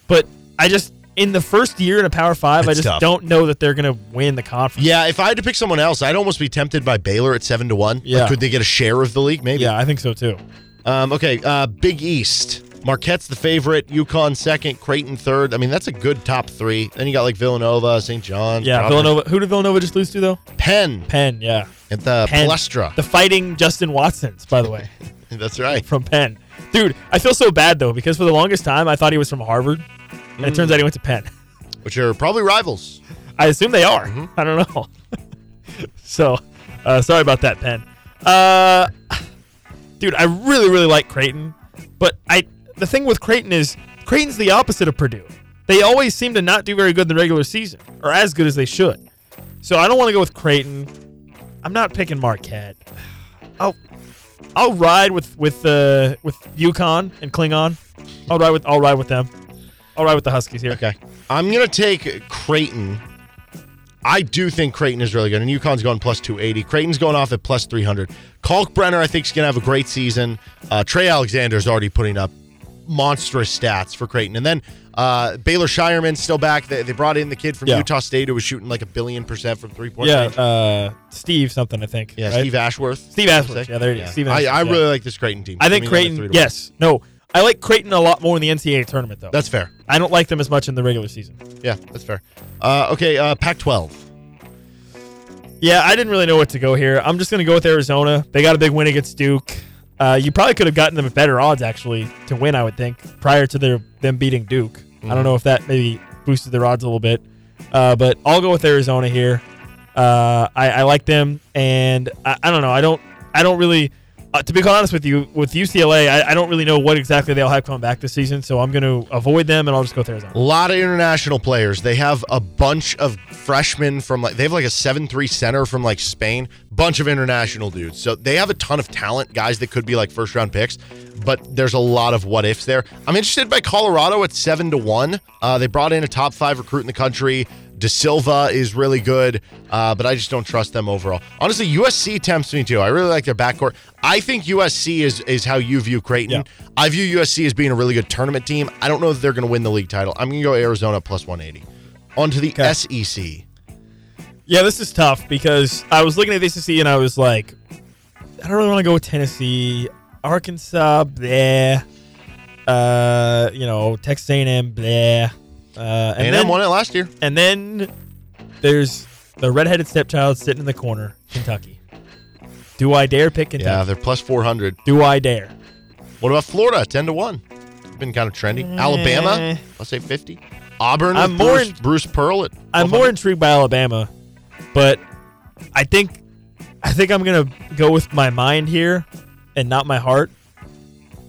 D: but I just in the first year in a Power Five, I
C: It's
D: just
C: tough.
D: don't know that they're gonna win the conference.
C: yeah, if I had to pick someone else, I'd almost be tempted by Baylor at seven to one. Like,
D: Yeah.
C: could they get a share of the league? Maybe.
D: Yeah, I think so too.
C: Um, okay, uh, Big East. Marquette's the favorite. UConn second. Creighton third. I mean, that's a good top three. Then you got like Villanova, St. John's.
D: Yeah,
C: Providence.
D: Villanova. Who did Villanova just lose to though?
C: Penn
D: Penn. Yeah,
C: at the
D: Penn.
C: Palestra.
D: The fighting Justin Watsons, by the way,
C: that's right.
D: from Penn. Dude, I feel so bad though because for the longest time I thought he was from Harvard, and it
C: Mm.
D: turns out he went to Penn.
C: Which are probably rivals.
D: I assume they are. I don't know. so, uh, sorry about that, Penn. Uh, dude, I really, really like Creighton, but I the thing with Creighton is Creighton's the opposite of Purdue. They always seem to not do very good in the regular season, or as good as they should. So I don't want to go with Creighton. I'm not picking Marquette. I'll I'll ride with with uh, with UConn and Klingon. I'll ride with I'll ride with them. I'll ride with the Huskies here.
C: Okay. I'm gonna take Creighton. I do think Creighton is really good, and UConn's going plus 280. Creighton's going off at plus 300. Kalkbrenner, I think, is going to have a great season. Uh, Trey Alexander's already putting up monstrous stats for Creighton. And then uh, Baylor Shireman's still back. They, they brought in the kid from
D: Yeah.
C: Utah State who was shooting like a billion percent from three point
D: Yeah,
C: range.
D: uh, Steve something I think.
C: Yeah,
D: right?
C: Steve Ashworth.
D: Steve
C: I would
D: Ashworth.
C: say.
D: Yeah, there it is. Steve
C: I, I
D: Ashworth, yeah.
C: really like this Creighton team.
D: I
C: Coming in
D: think
C: at three
D: Creighton.
C: to one.
D: Yes, no, I like Creighton a lot more in the NCAA tournament though.
C: That's fair.
D: I don't like them as much in the regular season.
C: Yeah, that's fair. Uh, okay, uh, Pac 12.
D: Yeah, I didn't really know what to go here. I'm just gonna go with Arizona. They got a big win against Duke. Uh, you probably could have gotten them at better odds actually to win. I would think prior to their them beating Duke. I don't know if that maybe boosted their odds a little bit, uh, but I'll go with Arizona here. Uh, I, I like them, and I, I don't know. I don't. I don't really. Uh, to be honest with you, with UCLA, I, I don't really know what exactly they'll have coming back this season, so I'm going to avoid them, and I'll just go with Arizona.
C: A lot of international players. They have a bunch of freshmen from like they have like a seven three center from like Spain. Bunch of international dudes. So they have a ton of talent, guys that could be like first round picks. But there's a lot of what ifs there. I'm interested by Colorado at seven to one. Uh, they brought in a top five recruit in the country. De Silva is really good, uh, but I just don't trust them overall. Honestly, USC tempts me too. I really like their backcourt. I think USC is is how you view Creighton. I view USC as being a really good tournament team. I don't know that they're going to win the league title. I'm going to go Arizona plus 180. On to the E SEC.
D: Yeah, this is tough because I was looking at the SEC and I was like, I don't really want to go with Tennessee, Arkansas, bleh. Uh, you know, Texas A&M, bleh. Uh, and,
C: And
D: then
C: M won it last year.
D: and then there's the redheaded stepchild sitting in the corner, Kentucky. Do I dare pick Kentucky?
C: Yeah, they're plus 400.
D: Do I dare?
C: What about Florida? 10 to 1. Been kind of trendy. Alabama, let's say 50. Auburn,
D: Eh. I'm
C: with
D: more
C: Bruce,
D: in-
C: Bruce Pearl at
D: I'm more
C: 1200.
D: intrigued by Alabama, but I think I think I'm gonna go with my mind here and not my heart.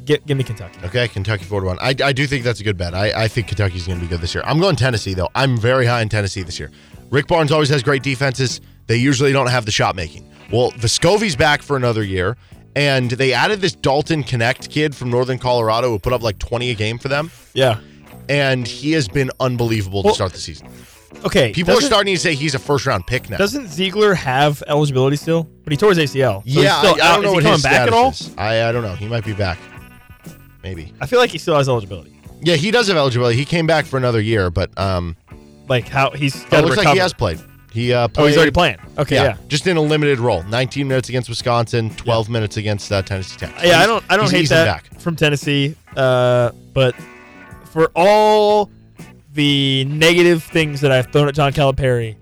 D: Get give me Kentucky.
C: Okay, Kentucky four to one. I, I do think that's a good bet. I, I think Kentucky's going to be good this year. I'm going Tennessee though. I'm very high in Tennessee this year. Rick Barnes always has great defenses. They usually don't have the shot making. Well, Vescovi's back for another year, and they added this Dalton Connect kid from Northern Colorado who put up like 20 a game for them,
D: Yeah.
C: and he has been unbelievable
D: Well,
C: to start the season.
D: Okay.
C: People are
D: doesn't-
C: starting to say he's a first round pick now.
D: Doesn't Ziegler have eligibility still? But he tore his ACL. So he's
C: yeah,
D: still
C: I, I
D: out.
C: don't
D: Is
C: know
D: he
C: what
D: coming
C: his
D: back
C: status
D: at all.
C: is. I I don't know. He might be back. Maybe.
D: I feel like he still has eligibility.
C: Yeah, he does have eligibility. He came back for another year, but um,
D: Like how he's
C: Oh, It
D: got to
C: looks
D: recover.
C: like he has played. He uh, played.
D: oh, he's already playing. Okay.
C: Yeah,
D: Yeah.
C: just in a limited role. 19 minutes against Wisconsin, 12 minutes against uh, Tennessee Tech. So
D: Yeah. I
C: he's-
D: don't. I don't
C: he's
D: hate
C: easing
D: that
C: Back.
D: from Tennessee. Uh, but for all the negative things that I've thrown at John Calipari,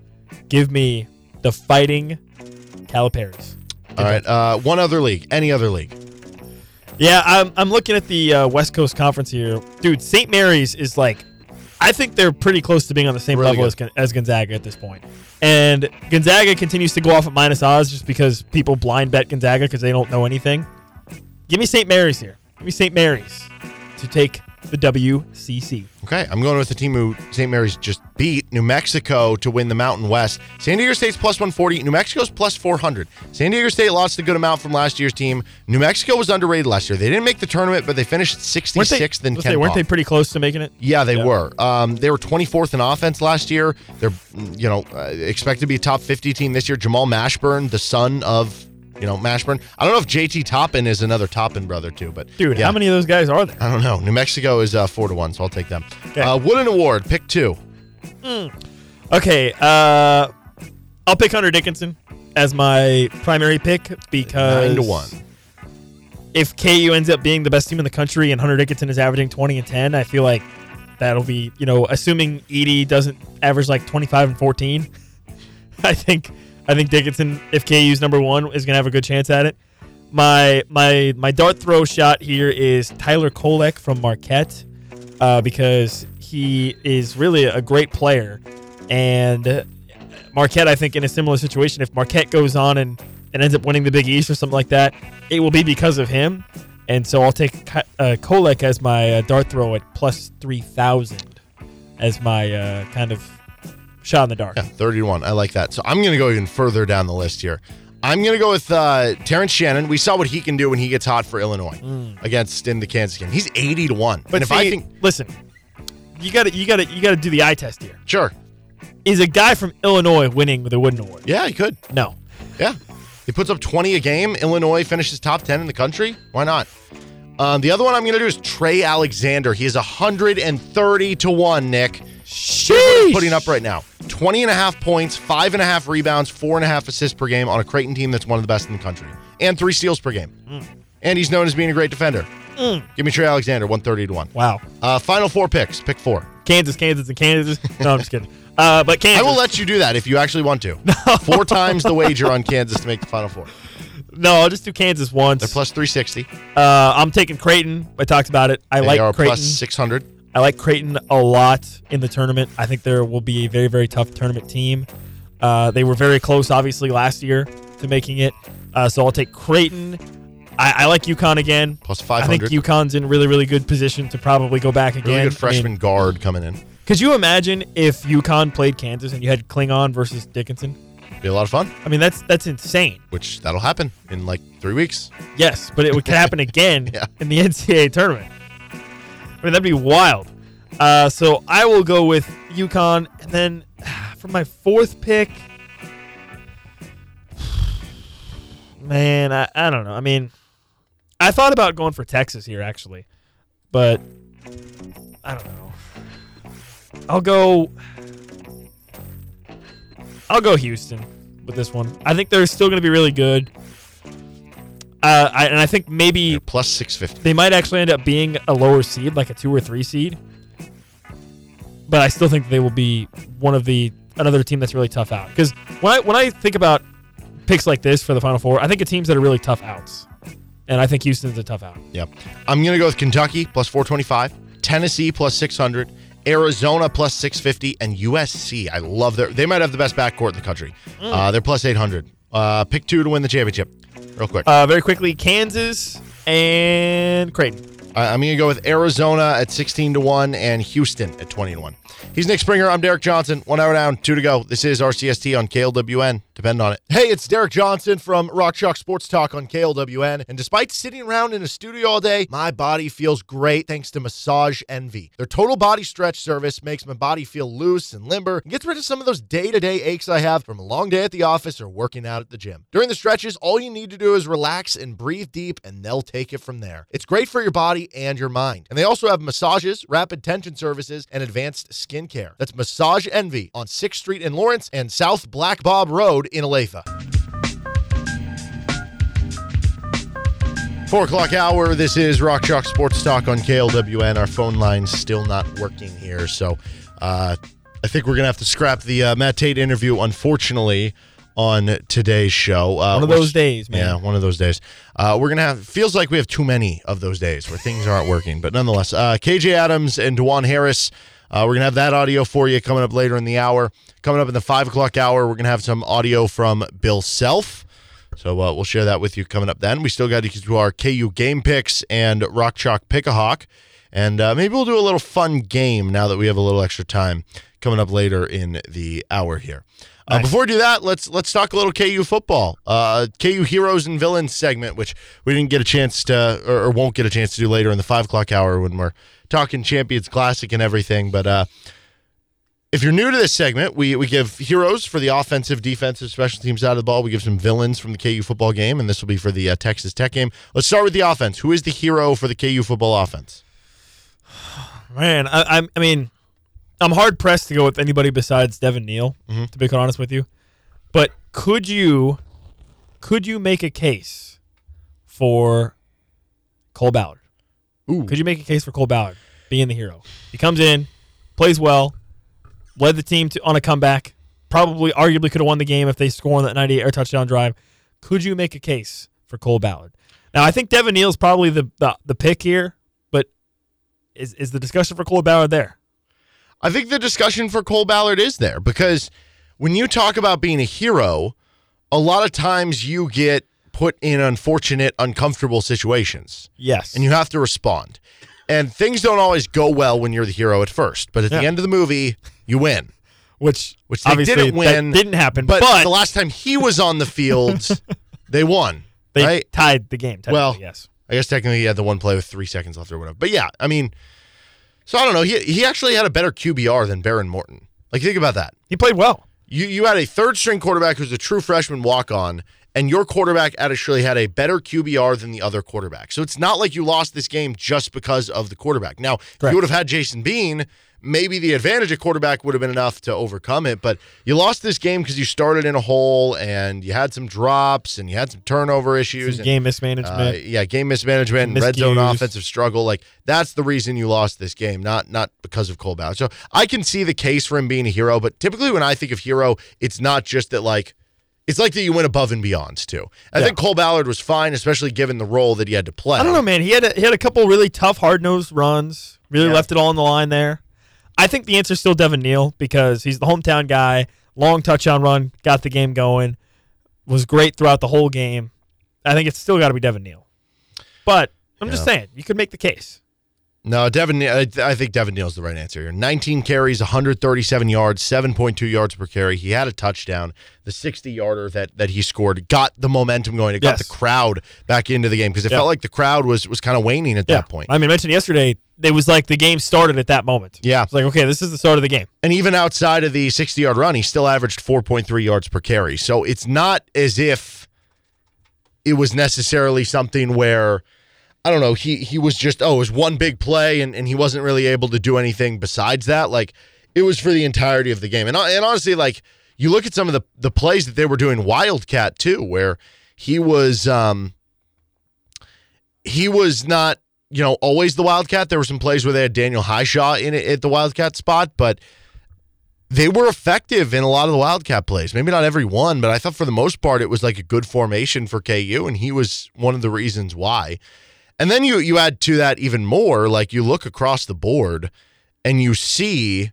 D: give me the fighting Caliparis.
C: All right, uh, one other league, any other league.
D: Yeah, I'm, I'm looking at the uh, West Coast Conference here. Dude, St. Mary's is like, I think they're pretty close to being on the same
C: Really
D: level
C: good.
D: as, Gon- as Gonzaga at this point. And Gonzaga continues to go off at minus odds just because people blind bet Gonzaga because they don't know anything. Give me St. Mary's here. Give me St. Mary's to take the WCC.
C: Okay, I'm going with the team who St. Mary's just beat New Mexico to win the Mountain West. San Diego State's plus 140, New Mexico's plus 400. San Diego State lost a good amount from last year's team. New Mexico was underrated last year. They didn't make the tournament, but they finished 66th
D: Weren't they,
C: and
D: let's
C: 10th.
D: say, weren't they
C: off.
D: pretty close to making it?
C: Yeah, they were. Um, they were 24th in offense last year. They're, you know, uh, expected to be a top 50 team this year. Jamal Mashburn, the son of, you know, Mashburn. I don't know if JT Toppin is another Toppin brother too, but
D: Dude,
C: yeah.
D: how many of those guys are there?
C: I don't know. New Mexico is uh, four to one, so I'll take them. Uh, Wooden Award, pick two.
D: Okay, uh, I'll pick Hunter Dickinson as my primary pick because
C: Nine to one.
D: If KU ends up being the best team in the country and Hunter Dickinson is averaging twenty and ten, I feel like that'll be you know assuming Edie doesn't average like twenty five and fourteen. I think I think Dickinson, if KU's number one, is gonna have a good chance at it. My my my dart throw shot here is Tyler Kolek from Marquette uh, because he is really a great player. And Marquette, I think, in a similar situation, if Marquette goes on and, and ends up winning the Big East or something like that, it will be because of him. And so I'll take Ka- uh, Kolek as my uh, dart throw at plus 3,000 as my uh, kind of shot in the dark.
C: Yeah, 31. I like that. So I'm going to go even further down the list here. I'm going to go with uh, Terrence Shannon. We saw what he can do when he gets hot for Illinois against in the Kansas game. He's 80 to 1.
D: Mm. But
C: and if I
D: see,
C: think,
D: listen, you got to you got to you got to do the eye test here.
C: sure.
D: Is a guy from Illinois winning the Wooden Award?
C: Yeah, he could.
D: No.
C: Yeah. He puts up 20 a game. Illinois finishes top 10 in the country. Why not? Um, the other one I'm going to do is Trey Alexander. He is 130 to 1, Nick.
D: Sheesh.
C: putting up right now 20 and a half points, five and a half rebounds, four and a half assists per game on a Creighton team that's one of the best in the country, and three steals per game.
D: Mm.
C: And he's known as being a great defender. Give me Trey Alexander, 130 to 1.
D: Wow.
C: Uh, final four picks, pick four.
D: Kansas, Kansas, and Kansas. No, I'm just kidding. Uh, but
C: I
D: Kansas.
C: will let you do that if you actually want to. Four times the wager on Kansas to make the final four.
D: no, I'll just do Kansas once.
C: They're plus 360.
D: Uh, I'm taking Creighton. I talked about it. I
C: They
D: like
C: are
D: Creighton.
C: plus 600.
D: I like Creighton a lot in the tournament. I think there will be a very, very tough tournament team. Uh, they were very close, obviously, last year to making it. Uh, so I'll take Creighton. I, I like UConn again.
C: Plus
D: I think
C: 500.
D: UConn's in really, really good position to probably go back again.
C: Really good freshman guard coming in.
D: could you imagine if UConn played Kansas and you had Klingon versus Dickinson?
C: Be a lot of fun,
D: I mean, that's that's insane.
C: which that'll happen in like three weeks.
D: Yes, but it would- could happen again
C: Yeah.
D: in the NCAA tournament. I mean, that'd be wild. Uh, so I will go with UConn, and then for my fourth pick, man, I, I don't know. I mean, I thought about going for Texas here actually, but I don't know. I'll go. I'll go Houston with this one. I think they're still going to be really good. Uh, I, and I think maybe
C: They're plus 650.
D: they might actually end up being a lower seed, like a two or three seed. But I still think they will be one of the another team that's really tough out. Because when I when I think about picks like this for the Final Four, I think of teams that are really tough outs, and I think Houston's a tough out.
C: Yep. I'm going to go with Kentucky plus 425, Tennessee plus 600, Arizona plus 650, and USC. I love their. They might have the best backcourt in the country. Uh, they're plus 800. Uh, pick two to win the championship. Real quick.
D: Uh, very quickly, Kansas and Creighton.
C: I- Uh, I'm going to go with Arizona at 16 to 1 and Houston at 20 to 1. He's Nick Springer. I'm Derek Johnson. One hour down, two to go. This is RCST on KLWN. Depend on it. Hey, it's Derek Johnson from Rock Chalk Sports Talk on KLWN. And despite sitting around in a studio all day, my body feels great thanks to Massage Envy. Their total body stretch service makes my body feel loose and limber and gets rid of some of those day to day aches I have from a long day at the office or working out at the gym. During the stretches, all you need to do is relax and breathe deep, and they'll take it from there. It's great for your body and your mind. And they also have massages, rapid tension services, and advanced skincare. That's Massage Envy on 6th Street in Lawrence and South Black Bob Road in Olathe. Four o'clock hour. This is Rock Chalk Sports Talk on KLWN. Our phone line's still not working here, so uh, I think we're gonna have to scrap the uh, Matt Tate interview, unfortunately, on today's show. Uh,
D: One of
C: we're-
D: those days, man.
C: Yeah, one of those days. Uh, we're gonna have. Feels like we have too many of those days where things aren't working, but nonetheless, uh, KJ Adams and Dewan Harris. Uh, we're gonna have that audio for you coming up later in the hour. Coming up in the five o'clock hour, we're gonna have some audio from Bill Self. So uh, we'll share that with you coming up then. We still got to do our KU game picks and Rock Chalk Pick a Hawk. And uh, maybe we'll do a little fun game now that we have a little extra time coming up later in the hour here. Uh, Before we do that, let's let's talk a little KU football, uh, KU heroes and villains segment, which we didn't get a chance to or, or won't get a chance to do later in the five o'clock hour when we're talking Champions Classic and everything. But uh, if you're new to this segment, we, we give heroes for the offensive, defensive, special teams out of the ball. We give some villains from the KU football game, and this will be for the uh, Texas Tech game. Let's start with the offense. Who is the hero for the KU football offense?
D: Man, I, I'm. I mean, I'm hard pressed to go with anybody besides Devin Neal. To be quite honest with you, but could you, could you make a case for Cole Ballard?
C: Ooh.
D: Could you make a case for Cole Ballard being the hero? He comes in, plays well, led the team to on a comeback. Probably, arguably, could have won the game if they score on that 98 air touchdown drive. Could you make a case for Cole Ballard? Now, I think Devin Neal's probably the, the the pick here, but is is the discussion for Cole Ballard there?
C: I think the discussion for Cole Ballard is there because when you talk about being a hero, a lot of times you get put in unfortunate, uncomfortable situations.
D: Yes.
C: and you have to respond. And things don't always go well when you're the hero at first, but at the
D: Yeah.
C: end of the movie, you win.
D: which
C: Which they
D: obviously
C: didn't
D: that
C: win,
D: didn't happen,
C: But,
D: but,
C: the last time he was on the field, they won.
D: they
C: right?
D: tied the game. technically,
C: Well,
D: yes.
C: I guess technically he had the one play with three seconds left or whatever. But yeah, I mean, so I don't know. He he actually had a better QBR than Baron Morton. Like think about that.
D: He played well.
C: You you had a third string quarterback who's a true freshman walk on, and your quarterback actually had a better QBR than the other quarterback. So it's not like you lost this game just because of the quarterback. Now, if
D: Correct.
C: you would have had Jason Bean, maybe the advantage of quarterback would have been enough to overcome it. But you lost this game because you started in a hole and you had some drops and you had some turnover issues.
D: Some
C: and-
D: game
C: uh,
D: mismanagement.
C: yeah, game mismanagement, and red zone
D: Miscues.
C: offensive struggle. Like that's the reason you lost this game, not not because of Cole Ballard. So I can see the case for him being a hero, but typically when I think of hero, it's not just that like it's like that you went above and beyond too. I think Cole Ballard was fine, especially given the role that he had to play.
D: I don't know, man. He had a, he had a couple really tough, hard nosed runs. Really
C: Yeah.
D: left it all on the line there. I think the answer is still Devin Neal because he's the hometown guy. Long touchdown run, got the game going. Was great throughout the whole game. I think it's still got to be Devin Neal. But I'm just saying, you could make the case.
C: No, Devin. I, I think Devin Neal's the right answer here. 19 carries, 137 yards, 7.2 yards per carry. He had a touchdown. The 60 yarder that that he scored got the momentum going. It got
D: Yes.
C: the crowd back into the game because it
D: Yeah.
C: felt like the crowd was was kind of waning at that point.
D: I mean, I mentioned yesterday, it was like the game started at that moment.
C: Yeah.
D: It's like, okay, this is the start of the game.
C: And even outside of the 60 yard run, he still averaged 4.3 yards per carry. So it's not as if it was necessarily something where, I don't know, he, he was just, oh, it was one big play and, and he wasn't really able to do anything besides that. Like it was for the entirety of the game. And, hon- and honestly, like you look at some of the, the plays that they were doing Wildcat too, where he was, um, he was not, you know, always the Wildcat. There were some plays where they had Daniel Highshaw in it at the Wildcat spot, but they were effective in a lot of the Wildcat plays. Maybe not every one, but I thought for the most part it was like a good formation for KU, and he was one of the reasons why. And then you you add to that even more, like you look across the board and you see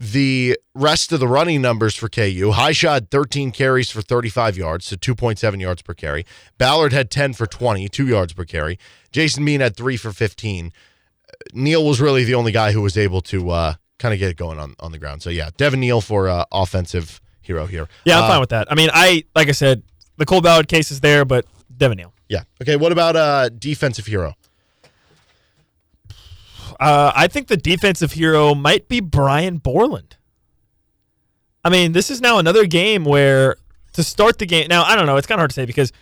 C: the rest of the running numbers for KU. High shot 13 carries for 35 yards, so 2.7 yards per carry. Ballard had 10 for 20, two yards per carry. Jason Bean had three for 15. Neal was really the only guy who was able to uh, kind of get it going on, on the ground. So, yeah, Devin Neal for uh, offensive hero here.
D: Yeah, I'm
C: Uh,
D: fine with that. I mean, I like I said, the Cole Ballard case is there, but Devin Neal.
C: Yeah. Okay. What about uh, defensive hero?
D: Uh, I think the defensive hero might be Brian Borland. I mean, this is now another game where to start the game. Now, I don't know. It's kind of hard to say because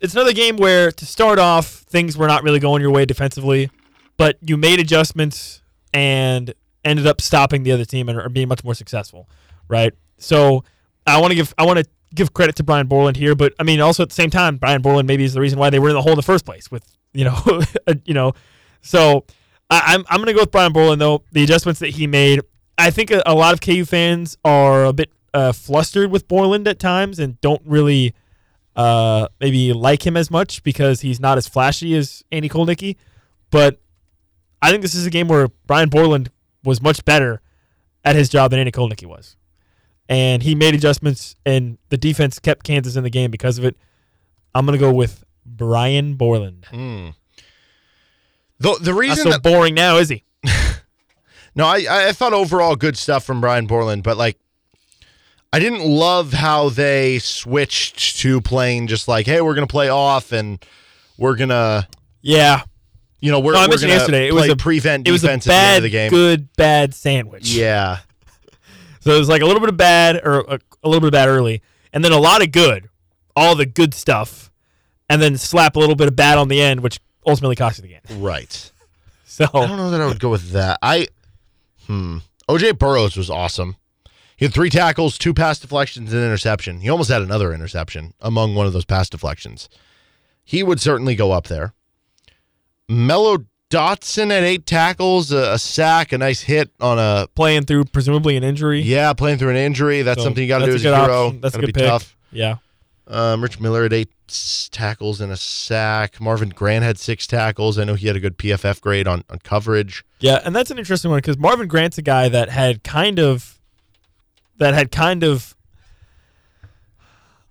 D: it's another game where to start off, things were not really going your way defensively, but you made adjustments and ended up stopping the other team and are being much more successful, right? So I want to give I want to give credit to Brian Borland here, but I mean also at the same time, Brian Borland maybe is the reason why they were in the hole in the first place with you know you know, so I, I'm I'm gonna go with Brian Borland though the adjustments that he made. I think a, a lot of KU fans are a bit uh, flustered with Borland at times and don't really uh, maybe like him as much because he's not as flashy as Andy Kolnicki. But I think this is a game where Brian Borland was much better at his job than Andy Kolnicki was. And he made adjustments, and the defense kept Kansas in the game because of it. I'm going to go with Brian Borland.
C: The, the
D: Not
C: reason
D: so
C: that,
D: boring now, is he?
C: No, I- I, I thought overall good stuff from Brian Borland, but like I didn't love how they switched to playing just like, hey, we're gonna play off and we're gonna
D: Yeah.
C: you know, we're,
D: No, I
C: we're
D: mentioned
C: gonna
D: yesterday. It
C: play
D: was a
C: prevent
D: It was a
C: defense at the end
D: bad,
C: of the game.
D: good, bad sandwich.
C: Yeah.
D: So it was like a little bit of bad or a, a little bit of bad early, and then a lot of good, all the good stuff, and then slap a little bit of bad on the end, which ultimately cost you the game.
C: Right.
D: So
C: I don't know that I would go with that. I hmm. OJ Burrows was awesome. He had three tackles, two pass deflections, and an interception. He almost had another interception among one of those pass deflections. He would certainly go up there. Mello Dotson at eight tackles, a, a sack, a nice hit on a
D: playing through presumably an injury.
C: yeah, playing through an injury. That's
D: So
C: something you got to do
D: that's
C: as
D: a
C: a
D: good
C: hero.
D: option. That's a
C: Gotta
D: good
C: be
D: pick.
C: tough.
D: Yeah.
C: Um, Rich Miller at eight s- tackles and a sack. Marvin Grant had six tackles. I know he had a good PFF grade on, on coverage.
D: Yeah, and that's an interesting one because Marvin Grant's a guy that had kind of, that had kind of,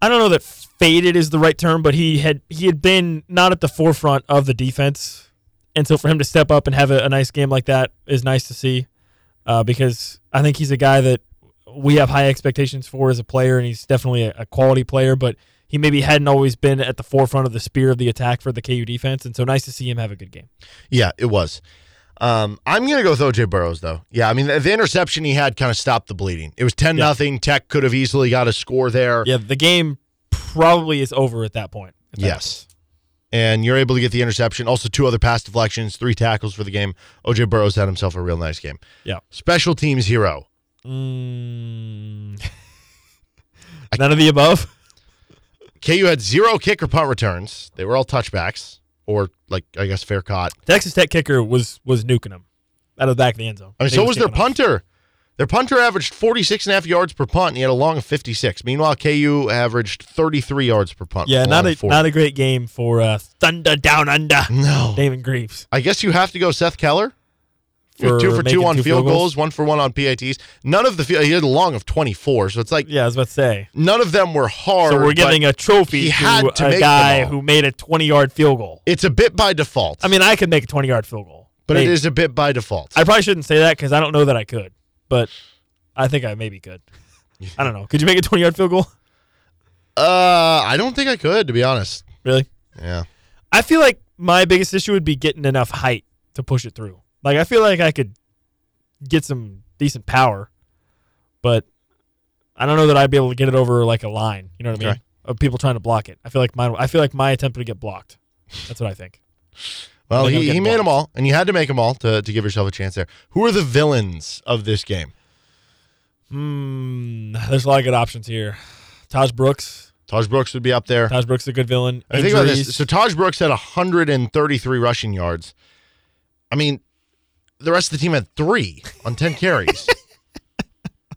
D: I don't know that faded is the right term, but he had he had been not at the forefront of the defense, and so for him to step up and have a, a nice game like that is nice to see, uh, because I think he's a guy that we have high expectations for as a player, and he's definitely a, a quality player, but he maybe hadn't always been at the forefront of the spear of the attack for the KU defense, and so nice to see him have a good game.
C: Yeah, it was. Um, I'm gonna go with OJ Burrows though. Yeah, I mean the, the interception he had kind of stopped the bleeding. It was ten
D: Yeah.
C: nothing. Tech could have easily got a score there.
D: Yeah, the game probably is over at that point. if that
C: Yes. And you're able to get the interception. Also, two other pass deflections, three tackles for the game. OJ Burrows had himself a real nice game.
D: Yeah.
C: Special teams hero.
D: happens. Mm. None of the above.
C: KU had zero kick or punt returns. They were all touchbacks or like I guess fair caught.
D: Texas Tech kicker was was nuking him out of the back of the end zone.
C: I mean,
D: They
C: so was their
D: kicking off.
C: punter. Their punter averaged 46 and a half yards per punt, and he had a long of 56. Meanwhile, KU averaged 33 yards per punt.
D: Yeah,
C: with
D: not
C: long
D: a
C: of 40.
D: not a great game for uh, Thunder Down Under.
C: No.
D: Damon Greaves.
C: I guess you have to go Seth Keller. You know,
D: For
C: two for
D: making
C: two on
D: two
C: field
D: field goals.
C: goals, one for one on PATs. None of the field, he had a long of 24. So it's like
D: Yeah, I was about to say.
C: none of them were hard.
D: So we're
C: but
D: giving a
C: he
D: trophy to,
C: had to make
D: a
C: them
D: guy
C: all.
D: who made a 20 yard field goal.
C: It's a bit by default.
D: I mean, I could make a 20 yard field goal,
C: but it
D: Maybe.
C: is a bit by default.
D: I probably shouldn't say that because I don't know that I could, but I think I maybe could. I don't know. Could you make a 20 yard field goal?
C: uh, I don't think I could, to be honest.
D: Really?
C: Yeah.
D: I feel like my biggest issue would be getting enough height to push it through. Like I feel like I could get some decent power, but I don't know that I'd be able to get it over like a line. You know what I mean?
C: Okay.
D: Of people trying to block it. I feel like mine. I feel like my attempt would get blocked. That's what I think.
C: Well,
D: They don't
C: he,
D: get
C: he made
D: blocked.
C: them all, and you had to make them all to, to give yourself a chance there. Who are the villains of this game?
D: Hmm. There's a lot of good options here. Taj Brooks.
C: Taj Brooks would be up there.
D: Taj Brooks is a good villain.
C: I think about this.
D: Uh, Injuries.
C: So Taj Brooks had 133 rushing yards. I mean, the rest of the team had three on 10 carries.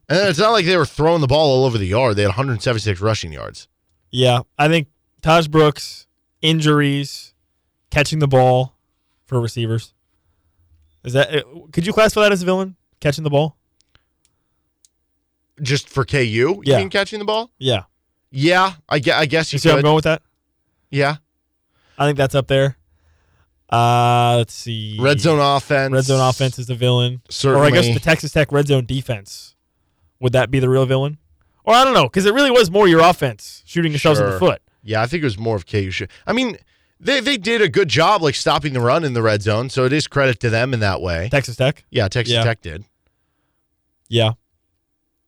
C: and it's not like they were throwing the ball all over the yard. They had 176 rushing yards.
D: Yeah, I think Taj Brooks injuries, catching the ball for receivers. Is that uh, could you classify that as a villain? Catching the ball?
C: Just for KU, you
D: Yeah.
C: mean catching the ball?
D: Yeah.
C: Yeah, I, gue- I guess you
D: You see where I'm
C: could.
D: going with that?
C: Yeah,
D: I think that's up there. Uh, let's see.
C: red zone offense.
D: Red zone offense is the villain.
C: Certainly.
D: Or I guess the Texas Tech red zone defense. Would that be the real villain? Or I don't know, because it really was more your offense shooting yourselves in
C: Sure.
D: the foot.
C: Yeah, I think it was more of KU. Should. I mean, they they did a good job like stopping the run in the red zone, so it is credit to them in that way.
D: Texas Tech.
C: Yeah, Texas
D: Yeah.
C: Tech did.
D: Yeah.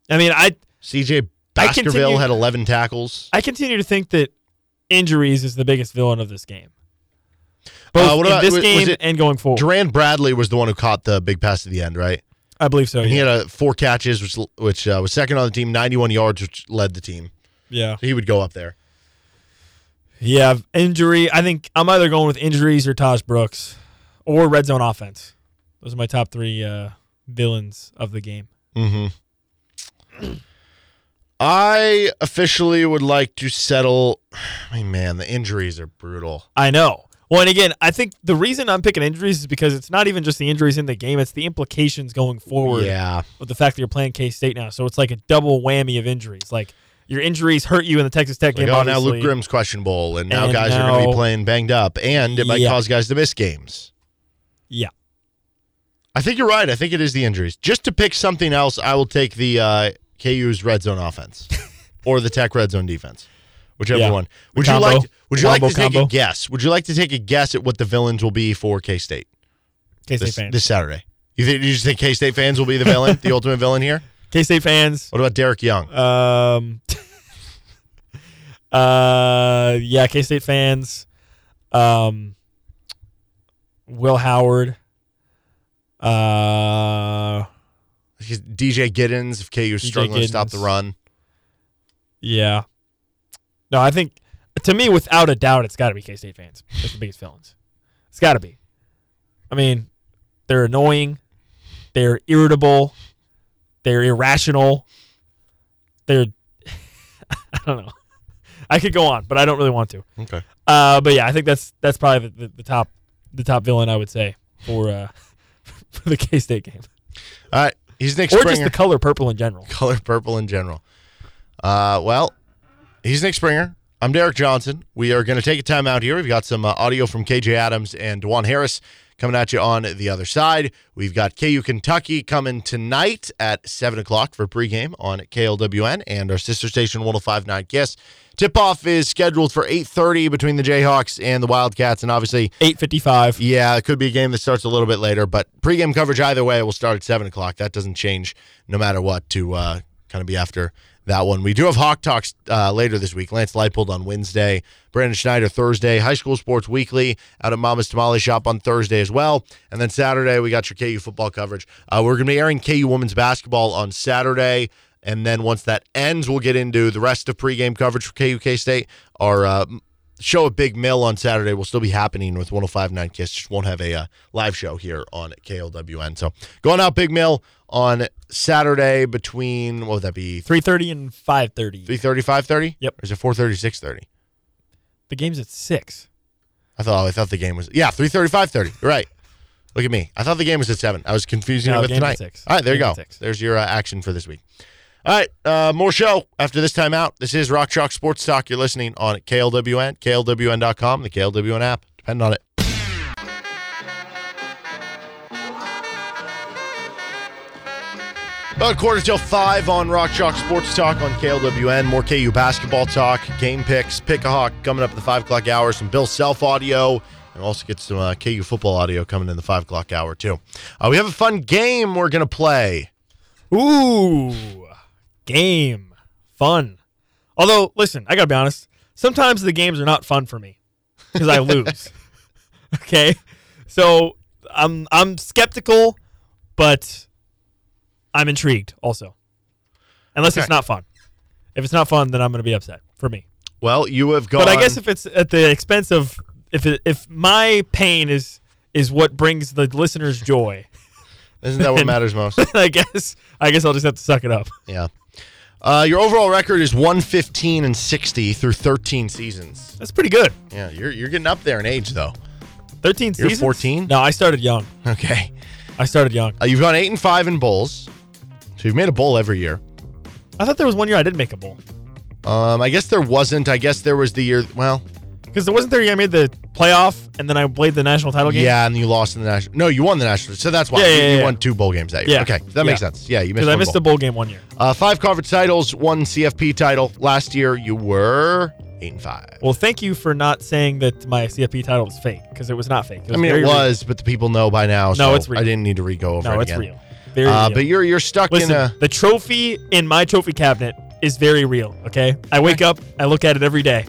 D: I mean, I
C: CJ
D: I
C: Baskerville
D: continue-
C: had 11 tackles.
D: I continue to think that injuries is the biggest villain of this game.
C: Uh,
D: Both
C: what
D: in
C: about-
D: this
C: was- was
D: game
C: it
D: and going forward.
C: Duran Bradley was the one who caught the big pass at the end, right?
D: I believe so.
C: And he
D: Yeah.
C: had uh four catches, which which uh, was second on the team, 91 yards, which led the team.
D: yeah.
C: So he would go up there.
D: Yeah. Injury. I think I'm either going with injuries or Taj Brooks or red zone offense. Those are my top three uh, villains of the game.
C: Mm-hmm. I officially would like to settle. I mean, man, the injuries are brutal.
D: I know. Well, and again, I think the reason I'm picking injuries is because it's not even just the injuries in the game, it's the implications going forward.
C: Yeah.
D: with the fact that you're playing K State now. So it's like a double whammy of injuries. Like your injuries hurt you in the Texas Tech
C: Like,
D: game.
C: oh, now Luke
D: obviously.
C: Grimm's questionable, and now
D: And
C: guys are going to
D: now-
C: be playing banged up, and it might
D: Yeah.
C: cause guys to miss games.
D: Yeah.
C: I think you're right. I think it is the injuries. Just to pick something else, I will take the uh, KU's red zone offense or the Tech red zone defense, whichever
D: Yeah.
C: one. Would
D: Combo.
C: you like? Would you
D: Combo,
C: like to take
D: combo.
C: a guess? Would you like to take a guess at what the villains will be for K State
D: K-State
C: this,
D: fans.
C: this Saturday? You think you just think K State fans will be the villain, the ultimate villain here?
D: K-State fans.
C: What about Derek Young?
D: Um. uh. Yeah. K-State fans. Um. Will Howard. Uh.
C: DJ Giddens, if KU is
D: DJ
C: struggling to stop the
D: Giddens.
C: run.
D: Yeah. No, I think to me, without a doubt, it's got to be K State fans. That's the biggest villains. It's got to be. I mean, they're annoying. They're irritable. They're irrational. They're. I don't know. I could go on, but I don't really want to.
C: Okay.
D: Uh, but yeah, I think that's that's probably the, the, the top the top villain I would say for uh, for the K State game,
C: All right. He's Nick
D: or
C: Springer.
D: just the color purple in general.
C: color purple in general. Uh, well, he's Nick Springer. I'm Derek Johnson. We are going to take a time out here. We've got some uh, audio from KJ Adams and Dewan Harris coming at you on the other side. We've got KU Kentucky coming tonight at 7 o'clock for pregame on KLWN and our sister station 1059 KISS. Tip-off is scheduled for 8.30 between the Jayhawks and the Wildcats, and obviously –
D: Eight fifty five.
C: yeah, it could be a game that starts a little bit later, but pregame coverage either way will start at seven o'clock. That doesn't change no matter what. To uh, kind of be after that one, we do have Hawk Talks uh, later this week. Lance Leipold on Wednesday, Brandon Schneider Thursday, High School Sports Weekly out at Mama's Tamale Shop on Thursday as well, and then Saturday we got your KU football coverage. Uh, we're going to be airing KU women's basketball on Saturday. And then once that ends, we'll get into the rest of pregame coverage for KUK State. Our uh, show a big mill on Saturday will still be happening with 1059 Kiss. Just won't have a uh, live show here on KLWN. So going out big mill on Saturday between what would that be?
D: Three thirty and five thirty.
C: 3:30, 5:30?
D: Yep.
C: Or is it 4:30, 6:30?
D: The game's at six.
C: I thought I thought the game was yeah 3:30, 5:30. You're Right. Look at me. I thought the game was at seven. I was confusing
D: No,
C: it with
D: game at
C: tonight.
D: six.
C: All right, there you
D: Game
C: go.
D: at six.
C: There's your uh, action for this week. All right, uh, more show after this time out. This is Rock Chalk Sports Talk. You're listening on KLWN, KLWN.com, the KLWN app. Depend on it. About a quarter till five on Rock Chalk Sports Talk on KLWN. More KU basketball talk, game picks, pick a hawk coming up at the five o'clock hour. Some Bill Self audio, and also get some uh, KU football audio coming in the five o'clock hour too. Uh, we have a fun game we're gonna play.
D: Ooh, game fun. Although, listen, I gotta be honest. Sometimes the games are not fun for me because I lose. okay, so I'm I'm skeptical, but I'm intrigued also. Unless it's
C: Okay.
D: not fun. If it's not fun, then I'm gonna be upset for me.
C: Well, you have gone.
D: But I guess if it's at the expense of if it, if my pain is is what brings the listeners joy,
C: isn't that what matters most?
D: I guess I guess I'll just have to suck it up.
C: yeah. Uh, your overall record is one fifteen and sixty through thirteen seasons.
D: That's pretty good.
C: Yeah, you're you're getting up there in age though.
D: 13
C: You're
D: seasons?
C: 14?
D: No, I started young.
C: Okay.
D: I started young.
C: Uh, you've gone eight and five in bowls, so you've made a bowl every year.
D: I thought there was one year I did make a bowl.
C: Um, I guess there wasn't. I guess there was the year. Well,
D: Because there wasn't there a year I made the playoff and then I played the national title game?
C: yeah, and you lost in the national. No, you won the national. So that's why
D: Yeah,
C: you,
D: yeah,
C: you
D: yeah.
C: won two bowl games that year.
D: Yeah.
C: Okay, that makes
D: Yeah.
C: sense. Yeah, you missed.
D: Because I
C: one
D: missed
C: bowl.
D: a bowl game one year.
C: uh, five conference titles, one CFP title. Last year you were eight and five.
D: Well, thank you for not saying that my CFP title was fake because it was not fake.
C: I mean,
D: very
C: it
D: real.
C: was, but the people know by now. so
D: it's real.
C: I didn't need to re-go over
D: No,
C: it
D: it's
C: again.
D: real. Very
C: Uh,
D: real.
C: but you're you're stuck
D: Listen,
C: in a.
D: the trophy in my trophy cabinet is very real, okay? I wake up, I look at it every day,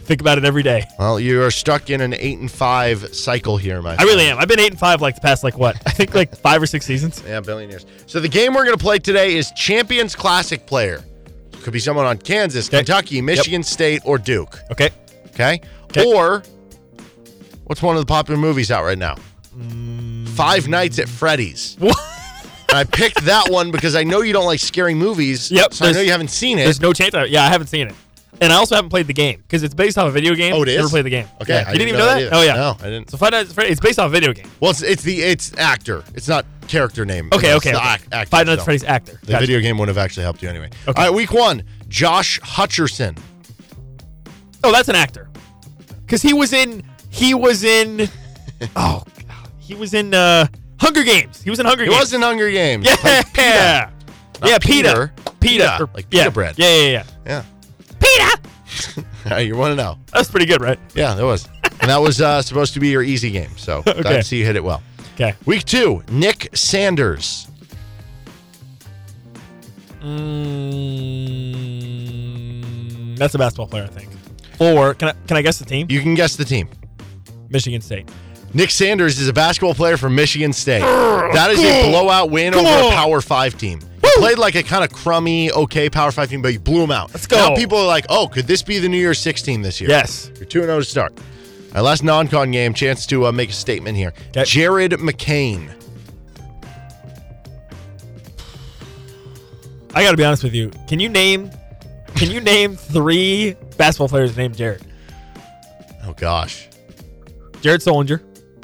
D: think about it every day.
C: Well, you are stuck in an eight and five cycle here, my.
D: I really am. I've been 8 and 5 like the past, like what? I think like five or six seasons.
C: Yeah, billionaires. So the game we're going to play today is Champions Classic player. Could be someone on Kansas,
D: Okay.
C: Kentucky, Michigan State, or Duke.
D: Okay.
C: Okay?
D: Okay.
C: Or what's one of the popular movies out right now? Five Nights at Freddy's.
D: What?
C: And I picked that one because I know you don't like scary movies.
D: Yep,
C: So I know
D: there's-
C: you haven't seen it.
D: There's no chance. I, yeah, I haven't seen it, and I also haven't played the game because it's based off a video game.
C: Oh, it is?
D: Never played the game.
C: Okay,
D: Yeah.
C: I
D: you didn't
C: didn't
D: even
C: know
D: know,
C: that
D: that.
C: either.
D: Oh yeah.
C: No, I didn't.
D: So Five Nights at Freddy's. It's based off a video game.
C: well, it's, it's the it's actor. It's not character name.
D: Okay,
C: It's
D: okay.
C: the
D: okay.
C: ac- actor,
D: Five Nights
C: so.
D: at Freddy's actor.
C: The
D: Gotcha.
C: video game would not have actually helped you anyway.
D: Okay.
C: All right, week one. Josh Hutcherson.
D: Oh, that's an actor, because he was in. He was in. oh, God. He was in uh, Hunger Games. He was in Hunger
C: It
D: Games.
C: was in Hunger Games.
D: Yeah.
C: Like PETA. Not
D: yeah,
C: Peter.
D: Peter.
C: Pita,
D: Or-
C: like pita
D: yeah.
C: bread.
D: Yeah, yeah, yeah.
C: Yeah.
D: Peter.
C: All right, you want to know.
D: That's pretty good, right?
C: Yeah, that was. And that was uh, supposed to be your easy game. So
D: Okay.
C: I see you hit it well.
D: Okay.
C: Week two, Nick Sanders.
D: Mm, that's a basketball player, I think. Or can I can I guess the team?
C: You can guess the team.
D: Michigan State.
C: Nick Sanders is a basketball player from Michigan State. That is a blowout win
D: Come
C: over
D: on.
C: a Power Five team. You played like a kind of crummy, okay Power Five team, but you blew them out.
D: Let's go.
C: Now people are like, oh, could this be the New Year's 16 this year?
D: Yes.
C: You're 2 0 to start. Our last non con game, chance to uh, make a statement here.
D: Okay.
C: Jared McCain.
D: I got to be honest with you. Can you name can you name three basketball players named Jared?
C: Oh, gosh.
D: Jared Solinger.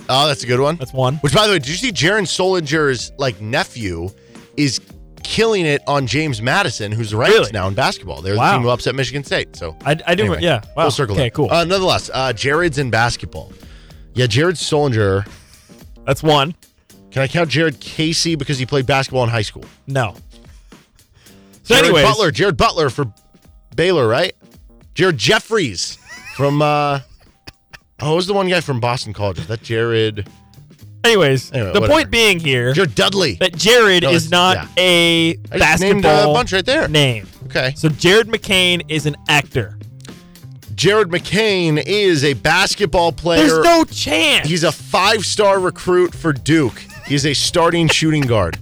C: Oh, that's a good one.
D: That's one.
C: Which, by the way, did you see Jaron Solinger's like nephew is killing it on James Madison, who's ranked
D: Really?
C: now in basketball. They're the
D: Wow.
C: team who upset Michigan State. So
D: I, I do.
C: anyway,
D: yeah. Wow.
C: Full circle.
D: okay.
C: there.
D: Cool.
C: Uh, nonetheless, uh, Jared's in basketball. Yeah, Jared Solinger.
D: That's one.
C: Can I count Jared Casey because he played basketball in high school?
D: No. So
C: Jared
D: anyways,
C: Butler. Jared Butler for Baylor, right? Jared Jeffries from. uh Oh, who's the one guy from Boston College? Is that Jared?
D: anyways,
C: Anyway,
D: the
C: whatever.
D: point being here
C: Jared Dudley.
D: that Jared
C: No,
D: is
C: it's-
D: not
C: yeah.
D: a
C: I just named
D: basketball
C: a bunch right there.
D: name.
C: Okay.
D: So Jared McCain is an actor.
C: Jared McCain is a basketball player.
D: There's no chance.
C: He's a five star recruit for Duke. He's a starting shooting guard.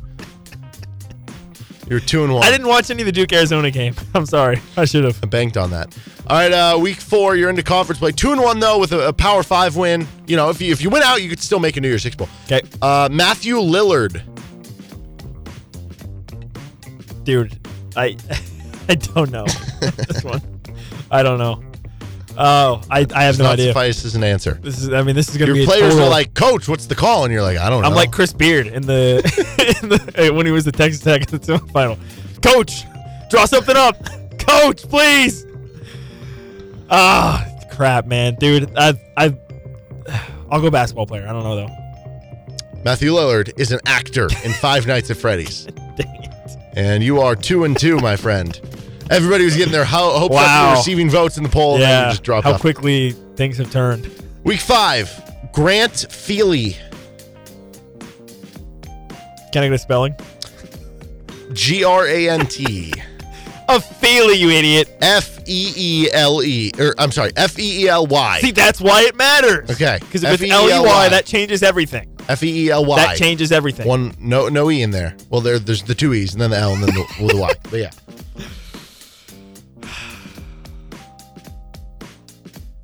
C: You're two and one.
D: I didn't watch any of the Duke Arizona game. I'm sorry. I should have.
C: I banked on that. All right, uh, week four, you're into conference play. Two and one though, with a, a power five win. You know, if you if you win out, you could still make a New Year's Six bowl.
D: Okay,
C: Uh, Matthew Lillard.
D: dude. I I don't know this one. I don't know. Oh, I, I have
C: does
D: no
C: not
D: idea.
C: suffice as an answer.
D: This is. I mean, this is gonna
C: Your
D: be. a
C: players
D: total-
C: are like, Coach, what's the call? And you're like, I don't know.
D: I'm like Chris Beard in the, in the eh, when he was the Texas Tech in the semifinal. Coach, draw something up. Coach, please. Ah, crap, man, dude. I I I'll go basketball player. I don't know though.
C: Matthew Lillard is an actor in Five Nights at Freddy's.
D: Dang it.
C: And you are two and two, my friend. Everybody was getting their ho- hopes up
D: Wow.
C: for receiving votes in the poll, and then you
D: Yeah.
C: just dropped
D: How
C: off.
D: quickly things have turned.
C: Week five, Grant Feely,
D: Can I get a spelling?
C: G R A N T
D: A feely, you idiot.
C: F E E L E, or I'm sorry, F E E L
D: See,
C: Y.
D: that's why it matters.
C: Okay.
D: Because if it's L
C: F-E-E-L-Y,
D: E Y, that changes everything.
C: F E E L Y.
D: That changes everything.
C: One, no, no E in there. Well, there, there's the two E's, and then the L, and then the, well, the Y. But yeah,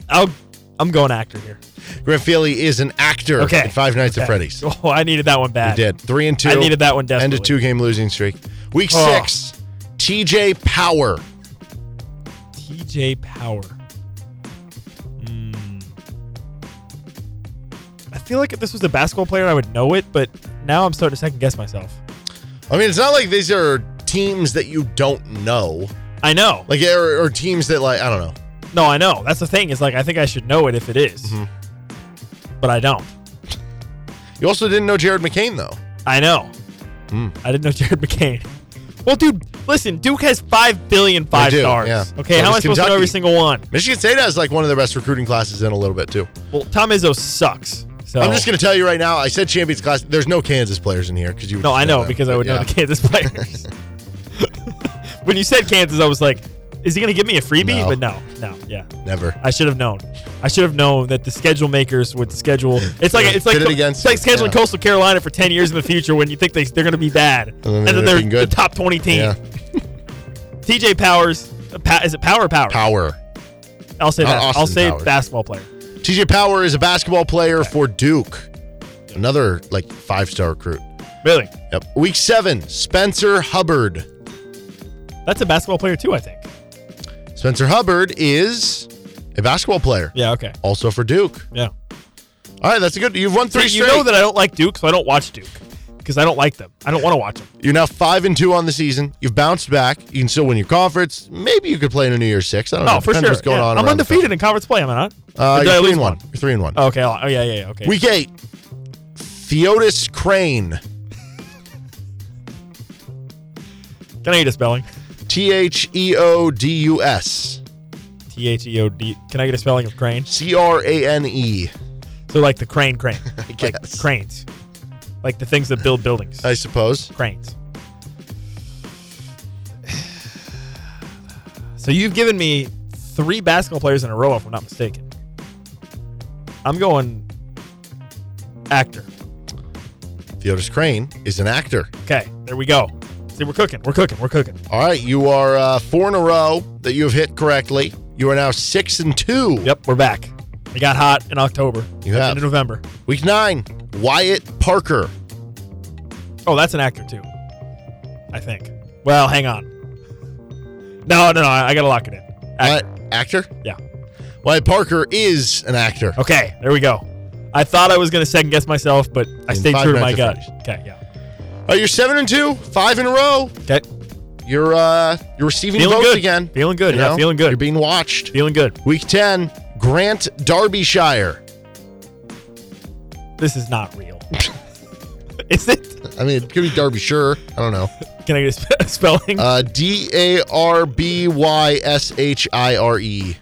D: I'll, I'm going actor here.
C: Grant Feely is an actor
D: Okay.
C: in Five Nights
D: Okay.
C: at Freddy's. You
D: Oh, I needed that one bad.
C: did three and two.
D: I needed that one
C: End
D: definitely.
C: of two game losing streak. Week
D: Oh.
C: six, TJ Power.
D: TJ Power. Hmm. I feel like if this was a basketball player, I would know it, but now I'm starting to second guess myself.
C: I mean, it's not like these are teams that you don't know,
D: I know.
C: like or, or teams that like I don't know.
D: No, I know. That's the thing. Is like I think I should know it if it is.
C: Mm-hmm.
D: but I don't.
C: You also didn't know Jared McCain though.
D: I know.
C: Hmm.
D: I didn't know Jared McCain. Well, dude, listen. Duke has five billion five
C: do,
D: stars.
C: yeah.
D: Okay,
C: So
D: how am I
C: does
D: supposed to know every
C: Kentucky.
D: single one?
C: Michigan State has like one of their best recruiting classes in a little bit too.
D: Well, Tom Izzo sucks. So
C: I'm just gonna tell you right now. I said champions class. There's no Kansas players in here because you. would
D: No,
C: just
D: I know
C: them.
D: because I
C: But
D: would know
C: yeah.
D: the Kansas players. when you said Kansas, I was like, is he going to give me a freebie?
C: No.
D: But no, no, yeah.
C: Never.
D: I should have known. I should have known that the schedule makers would schedule. It's like it's like
C: Did it
D: co-
C: against-
D: it's like scheduling
C: yeah.
D: Coastal Carolina for ten years in the future when you think they they're going to be bad and
C: then
D: then,
C: they end up
D: they're
C: being good.
D: the top twenty team.
C: Yeah.
D: TJ Powers, uh, pa- is it Power or Power?
C: Power.
D: I'll say
C: Not
D: that.
C: uh, Austin
D: I'll say
C: Powers.
D: basketball player.
C: TJ Power is a basketball player for Duke. Another like five star recruit.
D: Really,
C: Yep. Week seven, Spencer Hubbard.
D: that's a basketball player too. I think.
C: Spencer Hubbard is a basketball player,
D: Yeah. Okay.
C: also for Duke.
D: Yeah.
C: All right, that's a good. You've won three.
D: See, you
C: straight.
D: know that I don't like Duke, so I don't watch Duke because I don't like them. I don't want to watch them.
C: You're now five and two on the season. You've bounced back. You can still win your conference. Maybe you could play in a New Year's Six. I don't know.
D: Oh, for
C: Depends
D: sure.
C: What's going
D: Yeah.
C: on?
D: I'm
C: around the
D: undefeated in conference play. Am I not?
C: country. Uh,
D: Or did
C: you're
D: I
C: three
D: lose
C: and one.
D: one?
C: You're three and one.
D: Okay. I- Oh yeah, yeah, yeah. Okay.
C: Week eight. Theodis Crane.
D: Can I get a spelling?
C: T H E O D U S.
D: T H E O D. Can I get a spelling of crane?
C: C R A N E.
D: So like the crane, crane,
C: I
D: like
C: guess.
D: cranes, like the things that build buildings.
C: I suppose.
D: cranes. So you've given me three basketball players in a row, if I'm not mistaken. I'm going actor.
C: Theodis Crane is an actor.
D: Okay, there we go. See, we're cooking, we're cooking, we're cooking.
C: All right, you are uh, four in a row that you have hit correctly. You are now six and two.
D: Yep, we're back. We got hot in October.
C: You
D: Got
C: have.
D: into November.
C: Week nine, Wyatt Parker.
D: Oh, that's an actor too. I think. Well, hang on. No, no, no. I, I gotta lock it in. Actor.
C: What? Actor?
D: Yeah.
C: Wyatt Parker is an actor.
D: Okay, there we go. I thought I was gonna second guess myself, but I
C: In
D: stayed
C: five
D: true to my
C: minutes
D: gut.
C: to
D: Okay, yeah.
C: Uh, you're seven and two, five in a row.
D: Okay,
C: You're uh, you're receiving
D: feeling
C: votes
D: good
C: again.
D: Feeling good.
C: You
D: yeah,
C: know?
D: feeling good.
C: You're being watched.
D: feeling good.
C: Week ten, Grant Darbyshire.
D: This is not real. is it?
C: I mean, it could be Derbyshire. I don't know.
D: Can I get a spe- spelling?
C: Uh, D A R B Y S H I R E.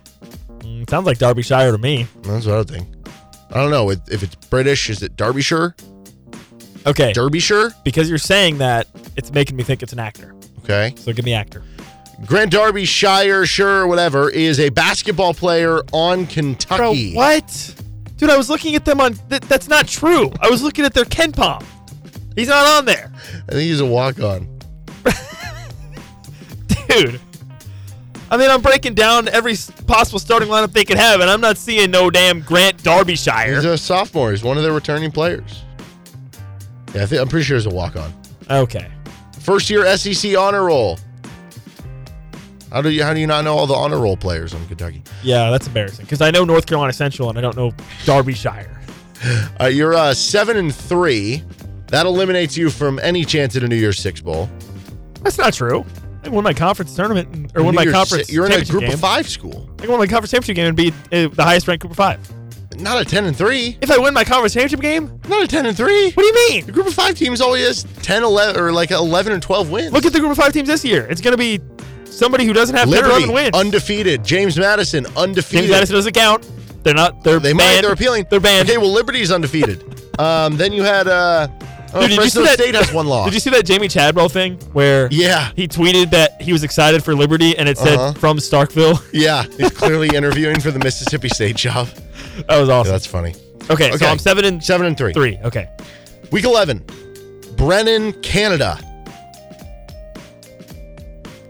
D: Mm, sounds like Derbyshire to me.
C: That's what I think. I don't know if if it's British. Is it Derbyshire?
D: Okay,
C: Derbyshire.
D: because you're saying that, it's making me think it's an actor.
C: Okay.
D: So give me actor.
C: Grant Derbyshire, sure, whatever, is a basketball player on
D: Bro,
C: Kentucky.
D: what? Dude, I was looking at them on. Th- that's not true. I was looking at their Ken Palm. He's not on there,
C: I think he's a walk on.
D: dude. I mean, I'm breaking down every s- possible starting lineup they could have, and I'm not seeing no damn Grant
C: He's
D: Darbyshire.
C: a sophomore. He's one of their returning players. Yeah, I think, I'm pretty sure he's a walk on.
D: okay.
C: First year SEC honor roll. How do you how do you not know all the honor roll players on Kentucky?
D: Yeah, that's embarrassing because I know North Carolina Central and I don't know Darbyshire.
C: Uh, you're uh, seven and three. That eliminates you from any chance at a New Year's Six bowl.
D: That's not true. I won my conference tournament and- or won
C: New
D: my
C: Year's
D: conference.
C: Si- you're in a
D: championship
C: group
D: game.
C: of five school,
D: I won my conference championship game and be uh, the highest ranked group of five.
C: not a ten and three,
D: If I win my conference championship game,
C: not a ten and three.
D: what do you mean?
C: The group of five teams always has 10, 11, or like 11 and 12 wins.
D: Look at the group of five teams this year. It's going to be somebody who doesn't have 10 or
C: Liberty
D: 11 wins.
C: undefeated. James Madison undefeated.
D: James Madison doesn't count. They're not. They're
C: They might.
D: banned.
C: They're appealing.
D: They're banned.
C: Okay, well, Liberty's undefeated. um, then you had uh, oh,
D: Dude, did you
C: Fresno
D: see that-
C: State has one loss.
D: Did you see that Jamie Chadwell thing where
C: Yeah.
D: he tweeted that he was excited for Liberty and it said
C: Uh-huh.
D: from Starkville?
C: Yeah, he's clearly interviewing for the Mississippi State job.
D: that was
C: Yeah,
D: awesome.
C: that's funny.
D: okay,
C: okay.
D: so I'm seven and
C: Seven and three.
D: three. Okay,
C: Week eleven. Brennan, Canada.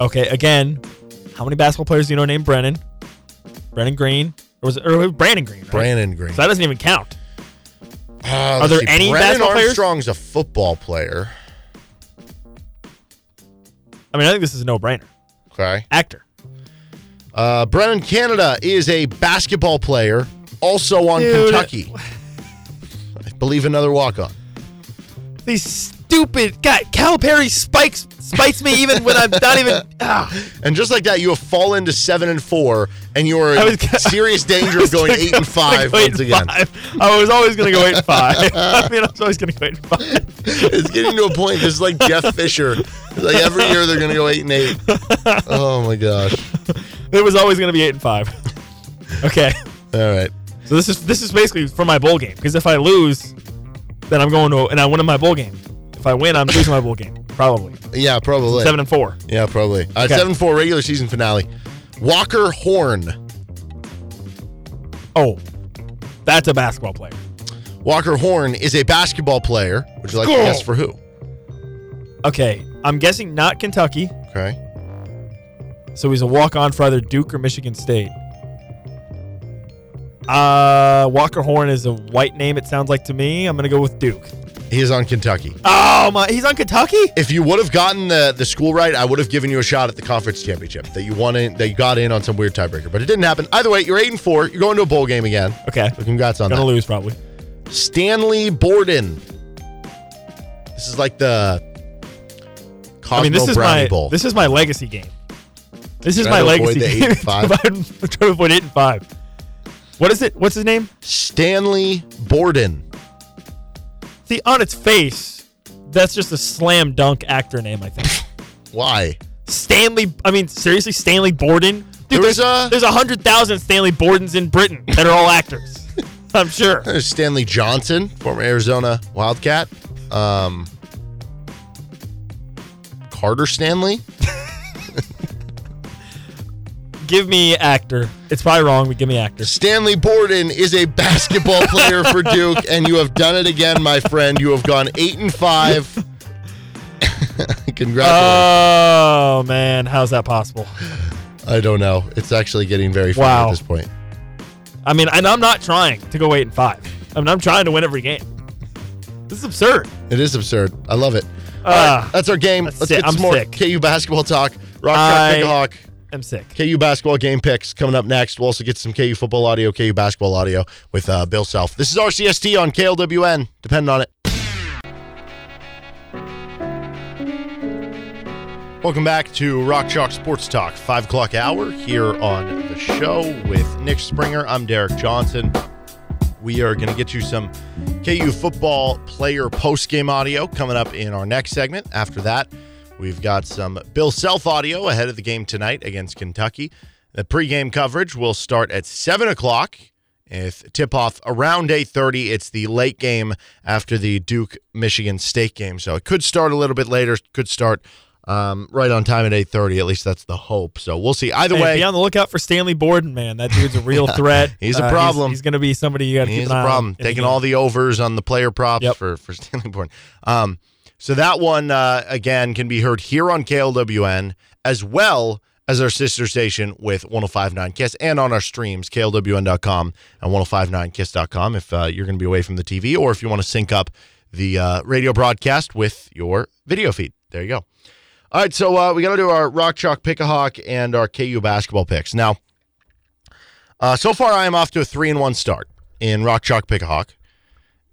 D: okay. Again, how many basketball players do you know named Brennan? Brennan Green or was it or Brandon Green? Right?
C: Brandon Green.
D: So that doesn't even count.
C: Uh, let's
D: there any
C: Brennan
D: basketball players?
C: Armstrong's a football player.
D: I mean, I think this is a no-brainer.
C: Okay.
D: Actor.
C: Uh, Brennan, Canada is a basketball player, also on
D: Dude.
C: Kentucky. I believe another walk on.
D: These stupid God, Calipari spikes spites me even when I'm not even. Ah.
C: And just like that, you have fallen to seven and four, and you are
D: I
C: in
D: was go-
C: serious danger of going eight and five
D: Eight
C: once
D: and
C: again.
D: five. I was always going to go eight and five. I mean, I was always going to go eight and five.
C: it's getting to a point. This is like Jeff Fisher. It's Like every year they're gonna go eight and eight. Oh my gosh!
D: It was always going to be eight and five. Okay,
C: All right.
D: so this is this is basically for my bowl game because if I lose, then I'm going to and I win in my bowl game. If I win, I'm losing my bowl game probably
C: Yeah, probably.
D: seven and four.
C: Yeah, probably. Uh,
D: Okay.
C: Seven four regular season finale. Walker Horn.
D: Oh, that's a basketball player.
C: Walker Horn is a basketball player. Would you like to
D: Score.
C: guess for who?
D: Okay, I'm guessing not Kentucky,
C: Okay.
D: so he's a walk on for either Duke or Michigan State. Uh, Walker Horn is a white name. It sounds like to me. I'm gonna go with Duke.
C: He is on Kentucky.
D: Oh my, he's on Kentucky.
C: If you would have gotten the, the school right, I would have given you a shot at the conference championship that you won in, that you got in on some weird tiebreaker, but it didn't happen. Either way, you're eight and four. You're going to a bowl game again.
D: Okay,
C: So congrats on
D: gonna
C: that.
D: lose probably.
C: Stanley Borden. This is like the Cosmo
D: I mean, this is
C: Brownie
D: my
C: Bowl.
D: this is my legacy game. This is
C: Trying
D: my
C: to
D: legacy
C: avoid the
D: game.
C: eight and five.
D: I'm trying to avoid eight and five. What is it? What's his name?
C: Stanley Borden.
D: See, on its face, that's just a slam dunk actor name, I think.
C: Why?
D: Stanley, I mean, seriously, Stanley Borden? Dude,
C: There is
D: there's
C: a-
D: there's a hundred thousand Stanley Bordens in Britain that are all actors. I'm sure.
C: There's Stanley Johnson, former Arizona Wildcat. Um, Carter Stanley.
D: Give me actor. It's probably wrong, but give me actor.
C: Stanley Borden is a basketball player for Duke, and you have done it again, my friend. You have gone eight and five.
D: Uh,
C: Congratulations.
D: Oh man, how's that possible?
C: I don't know. It's actually getting very funny
D: Wow.
C: at this point.
D: I mean, and I'm not trying to go eight and five. I mean, I'm trying to win every game. This is absurd.
C: It is absurd. I love it. All
D: Ah.
C: right, that's our game. Let's
D: it.
C: get some
D: I'm
C: more
D: sick.
C: KU basketball talk. Rock,
D: I-
C: Chalk, Pick a Hawk.
D: I'm sick.
C: KU basketball game picks coming up next. We'll also get some KU football audio, KU basketball audio with uh, Bill Self. This is RCST on KLWN. Depend on it. Welcome back to Rock Chalk Sports Talk, 5 o'clock hour here on the show with Nick Springer. I'm Derek Johnson. We are going to get you some KU football player post game audio coming up in our next segment. After that, we've got some Bill Self audio ahead of the game tonight against Kentucky. The pregame coverage will start at seven o'clock. If tip off around eight thirty, it's the late game after the Duke Michigan State game, so it could start a little bit later. Could start um, right on time at eight thirty. At least that's the hope. So we'll see. Either
D: Hey,
C: way,
D: be on the lookout for Stanley Borden, man. That dude's a real threat. Uh,
C: He's a problem.
D: He's, going to be somebody you got to keep
C: He's
D: an
C: the
D: eye
C: problem.
D: on.
C: Taking all the overs on the player props
D: Yep.
C: for for Stanley Born. Um, so that one uh, again can be heard here on KLWN as well as our sister station with 105.9 Kiss and on our streams klwn.com and 105.9kiss.com if uh, you're going to be away from the TV or if you want to sync up the uh, radio broadcast with your video feed. There you go. All right, so uh, we got to do our Rock Chalk Pick a Hawk and our KU basketball picks. Now, uh, so far, I am off to a three and one start in Rock Chalk Pick a Hawk.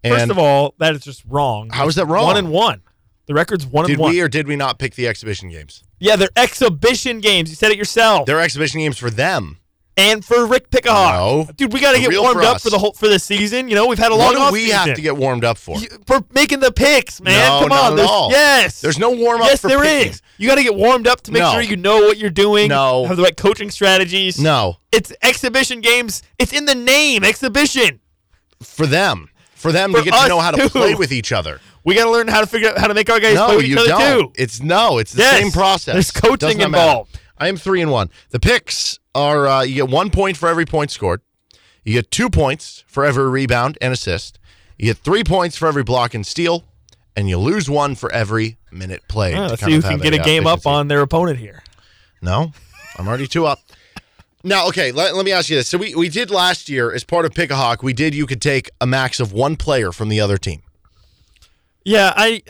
C: And
D: First of all, that is just wrong.
C: How is that wrong?
D: One and one. The record's one
C: did
D: and one.
C: we or did we not pick the exhibition games?
D: yeah, they're exhibition games. You said it yourself.
C: They're exhibition games for them.
D: and for Rick Pickahawk.
C: No.
D: Dude, we got to
C: The
D: get
C: real
D: warmed
C: for
D: up
C: us.
D: for the whole for the season. You know, we've had a long
C: What do
D: off
C: we
D: season.
C: have to get warmed up for?
D: You- for making the picks, man.
C: No,
D: Come
C: not
D: on.
C: at
D: there's-
C: all.
D: Yes.
C: There's no warm up.
D: Yes,
C: for
D: there is.
C: picking.
D: You got to get warmed up to make
C: No.
D: sure you know what you're doing.
C: No.
D: Have the right coaching strategies.
C: No,
D: It's exhibition games. It's in the name, exhibition.
C: for them, for them
D: For
C: to get to
D: us,
C: know how to
D: too.
C: play with each other.
D: We got to learn how to figure out how to make our guys play
C: No,
D: with each
C: you
D: other
C: don't.
D: too.
C: It's no, it's the
D: Yes.
C: same process.
D: There's
C: Does
D: coaching
C: not
D: involved.
C: matter. I am three and one. The picks are uh, you get one point for every point scored. You get two points for every rebound and assist. You get three points for every block and steal, and you lose one for every minute played.
D: Yeah,
C: to
D: Ah, let's
C: kind
D: see who
C: of
D: can
C: have
D: get a
C: uh,
D: game up
C: efficiency.
D: on their opponent here.
C: No, I'm already two up. Now, okay, let, let me ask you this. So we, we did last year as part of Pick a Hawk, we did you could take a max of one player from the other team.
D: Yeah, I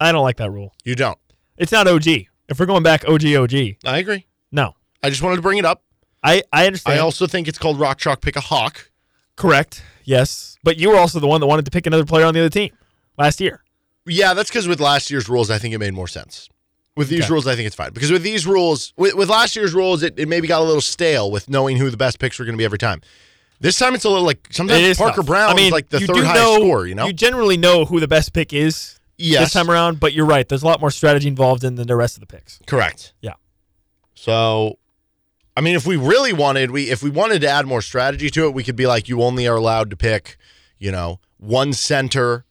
D: I don't like that rule.
C: You don't.
D: It's not OG. If we're going back OG OG,
C: I agree.
D: no.
C: I just wanted to bring it up.
D: I I understand.
C: I also think it's called Rock Chalk Pick a Hawk.
D: Correct. Yes, but you were also the one that wanted to pick another player on the other team last year.
C: Yeah, that's because with last year's rules, I think it made more sense. With these
D: Okay.
C: rules, I think it's fine. Because with these rules, with, with last year's rules, it, it maybe got a little stale with knowing who the best picks were going to be every time. This time it's a little like
D: It
C: sometimes
D: is
C: Parker
D: tough.
C: Brown
D: I mean,
C: is like the
D: you
C: third
D: do
C: highest
D: know-
C: scorer, you know?
D: you generally know who the best pick is
C: yes.
D: this time around, but you're right. There's a lot more strategy involved in than the rest of the picks.
C: Correct.
D: Yeah.
C: So, I mean, if we really wanted, we if we wanted to add more strategy to it, we could be like, you only are allowed to pick, you know, one center,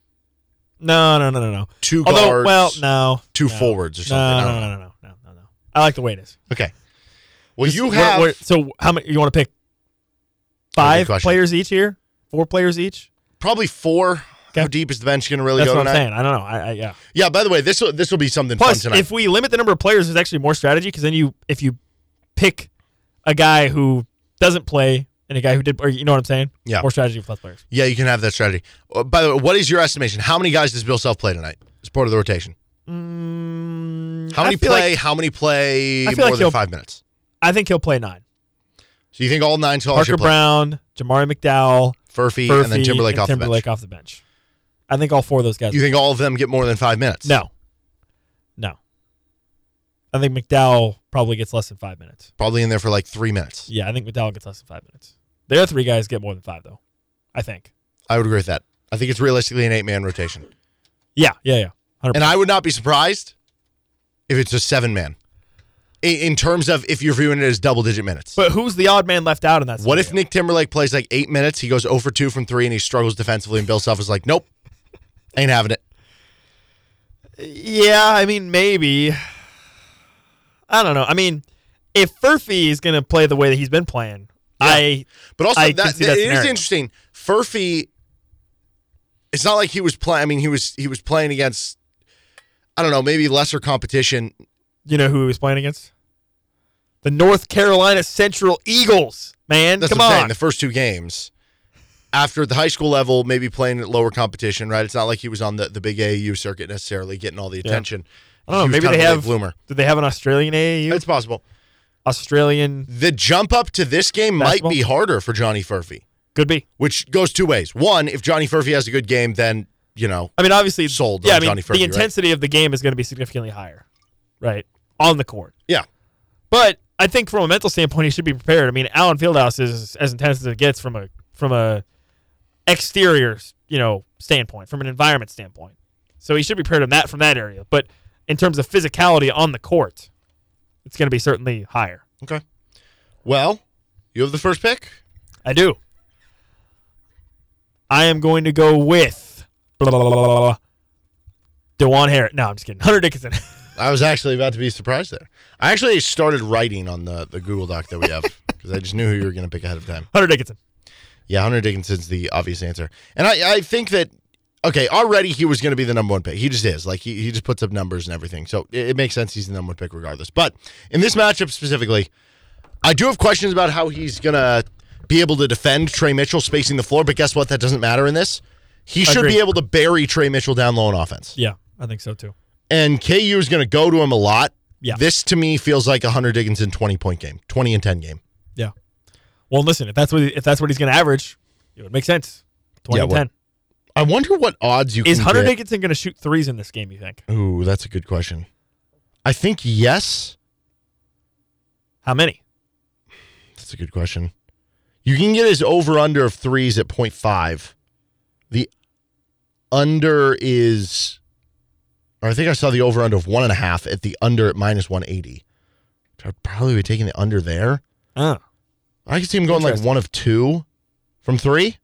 D: No, no, no, no, no.
C: two
D: Although,
C: guards,
D: well, no,
C: two
D: no.
C: forwards, or
D: No,
C: something. I
D: no,
C: don't
D: no,
C: know.
D: no, no, no, no, no. I like the way it is.
C: Okay. Well, you
D: What-
C: have
D: what- so how many? You want to pick five
C: question.
D: players each here? Four players each?
C: probably four.
D: Okay.
C: How deep is the bench going to really
D: That's
C: go
D: what I'm
C: tonight?
D: saying. I don't know. I, I yeah.
C: Yeah. By the way, this will this will be something
D: Plus,
C: fun tonight.
D: if we limit the number of players, there's actually more strategy because then you, if you pick a guy who doesn't play and a guy who did, or you know what I'm saying?
C: Yeah.
D: More strategy with less players.
C: yeah, you can have that strategy. Uh, by the way, what is your estimation? How many guys does Bill Self play tonight as part of the rotation?
D: Mm,
C: How
D: I
C: many
D: feel
C: play?
D: like-
C: how many play
D: I feel
C: more
D: like
C: than
D: he'll-
C: five minutes?
D: I think he'll play nine.
C: So you think all nine
D: Parker
C: scholarship players,
D: Brown, Jamari McDowell,
C: Furphy,
D: Furphy,
C: and then Timberlake off the bench?
D: Timberlake off the bench. I think all four of those guys.
C: You think all of them get more than five minutes?
D: no, no. I think McDowell probably gets less than five minutes.
C: Probably in there for like three minutes.
D: Yeah, I think McDowell gets less than five minutes. Their three guys get more than five though. I think.
C: I would agree with that. I think it's realistically an eight man rotation.
D: Yeah, yeah, yeah. 100%.
C: And I would not be surprised if it's a seven man in, in terms of if you're viewing it as double digit minutes.
D: but who's the odd man left out in that?
C: what if
D: scenario?
C: Nick Timberlake plays like eight minutes? He goes 0 for 2 from three and he struggles defensively, and Bill Self is like, nope, ain't having it.
D: Yeah, I mean maybe. I don't know. I mean, if Furphy is going to play the way that he's been playing, I
C: But also,
D: I
C: that,
D: can
C: that,
D: see that
C: it is
D: scenario.
C: interesting. Furphy, it's not like he was playing. I mean, he was he was playing against, I don't know, maybe lesser competition.
D: you know who he was playing against? The North Carolina Central Eagles, man.
C: That's
D: Come
C: what I'm saying.
D: on.
C: The first two games, after the high school level, maybe playing at lower competition. Right? It's not like he was on the the big AAU circuit necessarily, getting all the attention.
D: I don't know.
C: He was
D: Maybe
C: kind
D: they
C: of a late
D: have.
C: bloomer.
D: Do they have an Australian AAU?
C: It's possible.
D: Australian
C: The jump up to this game
D: Basketball?
C: might be harder for Johnny Furphy,
D: could be.
C: which goes two ways. One, if Johnny Furphy has a good game, then you know
D: I mean, obviously,
C: Sold
D: Yeah,
C: on
D: I mean,
C: Johnny Furphy,
D: the
C: right?
D: intensity of the game is going to be significantly higher, right, on the court.
C: Yeah.
D: But I think from a mental standpoint, he should be prepared. I mean, Allen Fieldhouse is as intense as it gets from a from a exterior, you know, standpoint, from an environment standpoint. So he should be prepared on that from that area. But in terms of physicality on the court, it's going to be certainly higher.
C: Okay. Well, you have the first pick.
D: I do. I am going to go with blah, blah, blah, blah, blah, blah. Dewan Harris. No, I'm just kidding. Hunter Dickinson.
C: I was actually about to be surprised there. I actually started writing on the, the Google Doc that we have because I just knew who you were going to pick ahead of time.
D: Hunter Dickinson.
C: Yeah, Hunter Dickinson's the obvious answer. And I, I think that, okay, already he was going to be the number one pick. He just is. Like, he, he just puts up numbers and everything. So it, it makes sense he's the number one pick regardless. But in this matchup specifically, I do have questions about how he's going to be able to defend Trey Mitchell spacing the floor. But guess what? That doesn't matter in this. He should
D: Agreed.
C: be able to bury Trey Mitchell down low on offense.
D: Yeah, I think so too.
C: and KU is going to go to him a lot.
D: Yeah.
C: This to me feels like a Hunter Dickinson 20 point game, 20 and 10 game.
D: Yeah. Well, listen, if that's what if that's what he's going to average, it would make sense. Twenty
C: Yeah,
D: and
C: well,
D: ten.
C: I wonder what odds you
D: Is
C: can
D: Hunter
C: get-
D: Dickinson going to shoot threes in this game? You think?
C: Ooh, that's a good question. I think yes.
D: How many?
C: That's a good question. You can get his over under of threes at 0.5. The under is, or I think I saw the over under of one and a half at the under at minus 180. I'd probably be taking the under there.
D: Oh.
C: I could see him going like
D: Interesting.
C: one of two from three,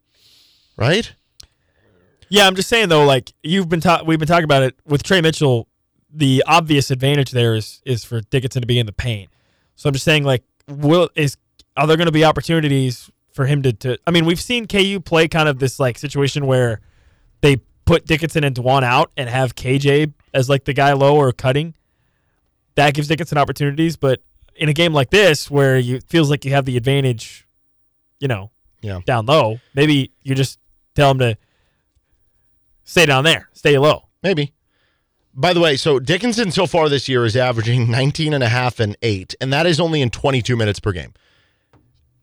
C: right?
D: Yeah, I'm just saying though. Like you've been ta- we've been talking about it with Trey Mitchell. The obvious advantage there is is for Dickinson to be in the paint. So I'm just saying, like, will is are there going to be opportunities for him to, to? I mean, we've seen KU play kind of this like situation where they put Dickinson and Dewan out and have KJ as like the guy low or cutting. That gives Dickinson opportunities, but in a game like this where you it feels like you have the advantage, you know,
C: Yeah.
D: down low, maybe you just tell him to stay down there, stay low.
C: Maybe. By the way, so Dickinson so far this year is averaging 19 and a half and 8, and that is only in 22 minutes per game.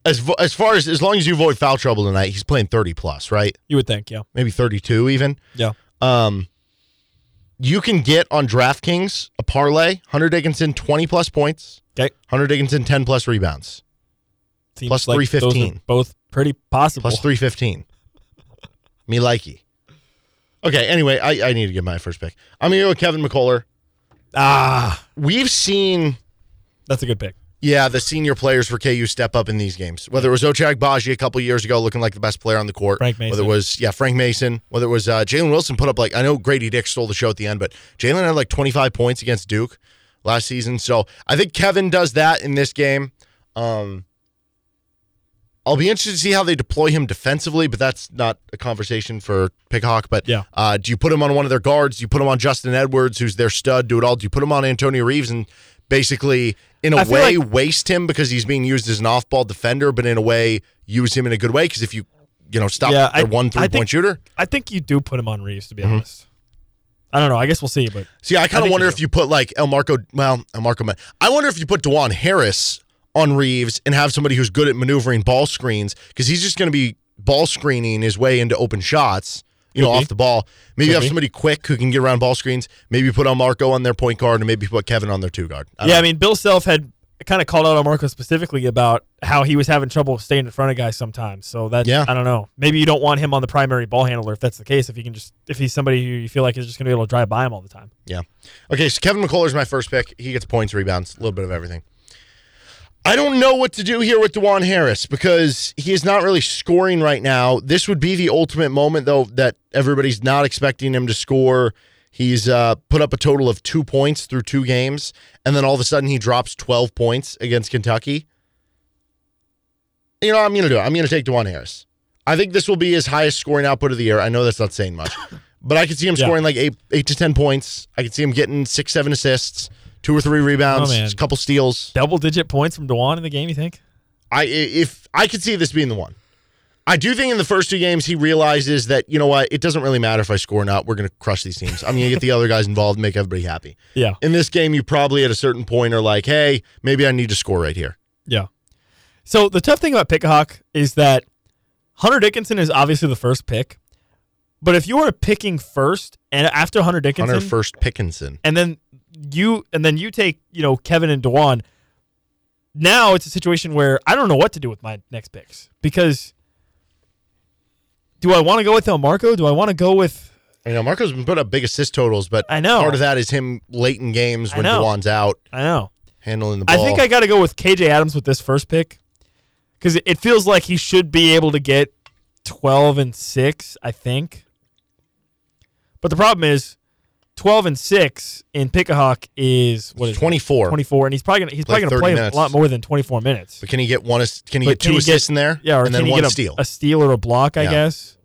C: As vo- as far as as long as you avoid foul trouble tonight, he's playing 30 plus, right?
D: You would think, yeah,
C: Maybe 32 even.
D: yeah,
C: Um you can get on DraftKings a parlay, Hunter Dickinson 20 plus points,
D: okay.
C: Hunter Dickinson 10 plus rebounds,
D: Seems
C: Plus
D: like those are
C: 315.
D: both pretty possible.
C: plus 315. Me likey. Okay, anyway, I, I need to get my first pick. I'm going to go with Kevin McCullough.
D: Ah,
C: We've seen
D: that's a good pick.
C: Yeah, the senior players for KU step up in these games. Whether it was Ochag Baji a couple years ago, looking like the best player on the court.
D: Frank Mason.
C: Whether it was yeah Frank Mason. Whether it was uh, Jalen Wilson put up like I know Grady Dick stole the show at the end, but Jalen had like 25 points against Duke last season. So I think Kevin does that in this game. Um, I'll be interested to see how they deploy him defensively, but that's not a conversation for Pickhawk. But
D: Yeah.
C: uh, do you put him on one of their guards? Do you put him on Justin Edwards, who's their stud? Do it all? Do you put him on Antonio Reeves and basically, in a
D: I feel
C: way,
D: like-
C: waste him because he's being used as an off-ball defender, but in a way, use him in a good way because if you, you know, stop
D: Yeah, I-
C: their Oh, one
D: I
C: three-point
D: think-
C: shooter.
D: I think you do put him on Reeves, to be honest. I don't know. I guess we'll see, but
C: See, I kind of
D: think
C: wonder
D: you
C: if
D: do.
C: you put like El Marco. Well, El Marco. Ma- I wonder if you put Dewan Harris on Reeves and have somebody who's good at maneuvering ball screens because he's just going to be ball screening his way into open shots. You know,
D: Could be.
C: off the ball. Maybe
D: Could
C: have
D: be.
C: somebody quick who can get around ball screens. Maybe put El Marco on their point guard and maybe put Kevin on their two guard. I don't
D: yeah,
C: know.
D: I mean, Bill Self had kind of called out on Marco specifically about how he was having trouble staying in front of guys sometimes. So that
C: Yeah.
D: I don't know. Maybe you don't want him on the primary ball handler if that's the case. If you can just if he's somebody who you feel like is just going to be able to drive by him all the time.
C: Yeah. Okay, so Kevin McCullough's my first pick. He gets points, rebounds, a little bit of everything. I don't know what to do here with Dewan Harris because he is not really scoring right now. This would be the ultimate moment, though, that everybody's not expecting him to score. He's uh, put up a total of two points through two games, and then all of a sudden he drops 12 points against Kentucky. You know, what I'm going to do it. I'm going to take Dewan Harris. I think this will be his highest scoring output of the year. I know that's not saying much, but I could see him
D: Yeah.
C: scoring like eight, eight to 10 points. I could see him getting six, seven assists, two or three rebounds,
D: Oh, man.
C: a couple steals.
D: Double digit points from Dewan in the game. You think?
C: I i- if I could see this being the one. I do think in the first two games he realizes that you know what it doesn't really matter if I score or not. We're going to crush these teams. I'm going to get the other guys involved, and make everybody happy.
D: Yeah.
C: In this game, you probably at a certain point are like, hey, maybe I need to score right here.
D: Yeah. So the tough thing about Pickahawk is that Hunter Dickinson is obviously the first pick, but if you are picking first and after Hunter Dickinson,
C: Hunter first Pickinson.
D: and then you and then you take you know Kevin and Dewan. Now it's a situation where I don't know what to do with my next picks because do I want to go with El Marco? Do I want to go with
C: You know, Marco's been put up big assist totals, but
D: I know.
C: part of that is him late in games
D: I
C: when
D: know.
C: Dewan's out
D: I know
C: handling the
D: I
C: ball.
D: think I got to go with KJ Adams with this first pick because it feels like he should be able to get twelve and six. I think, but the problem is twelve and six in Pickahawk is what is it?
C: 24.
D: 24, and he's probably gonna he's
C: Play
D: probably gonna
C: 30
D: play
C: minutes.
D: a lot more than twenty four minutes.
C: But can he get one? ass- Can he
D: But
C: get two
D: can he get-
C: assists in there?
D: Yeah, or
C: and
D: can
C: then
D: you
C: one
D: get a,
C: steal.
D: a steal or a block? I
C: Yeah.
D: guess.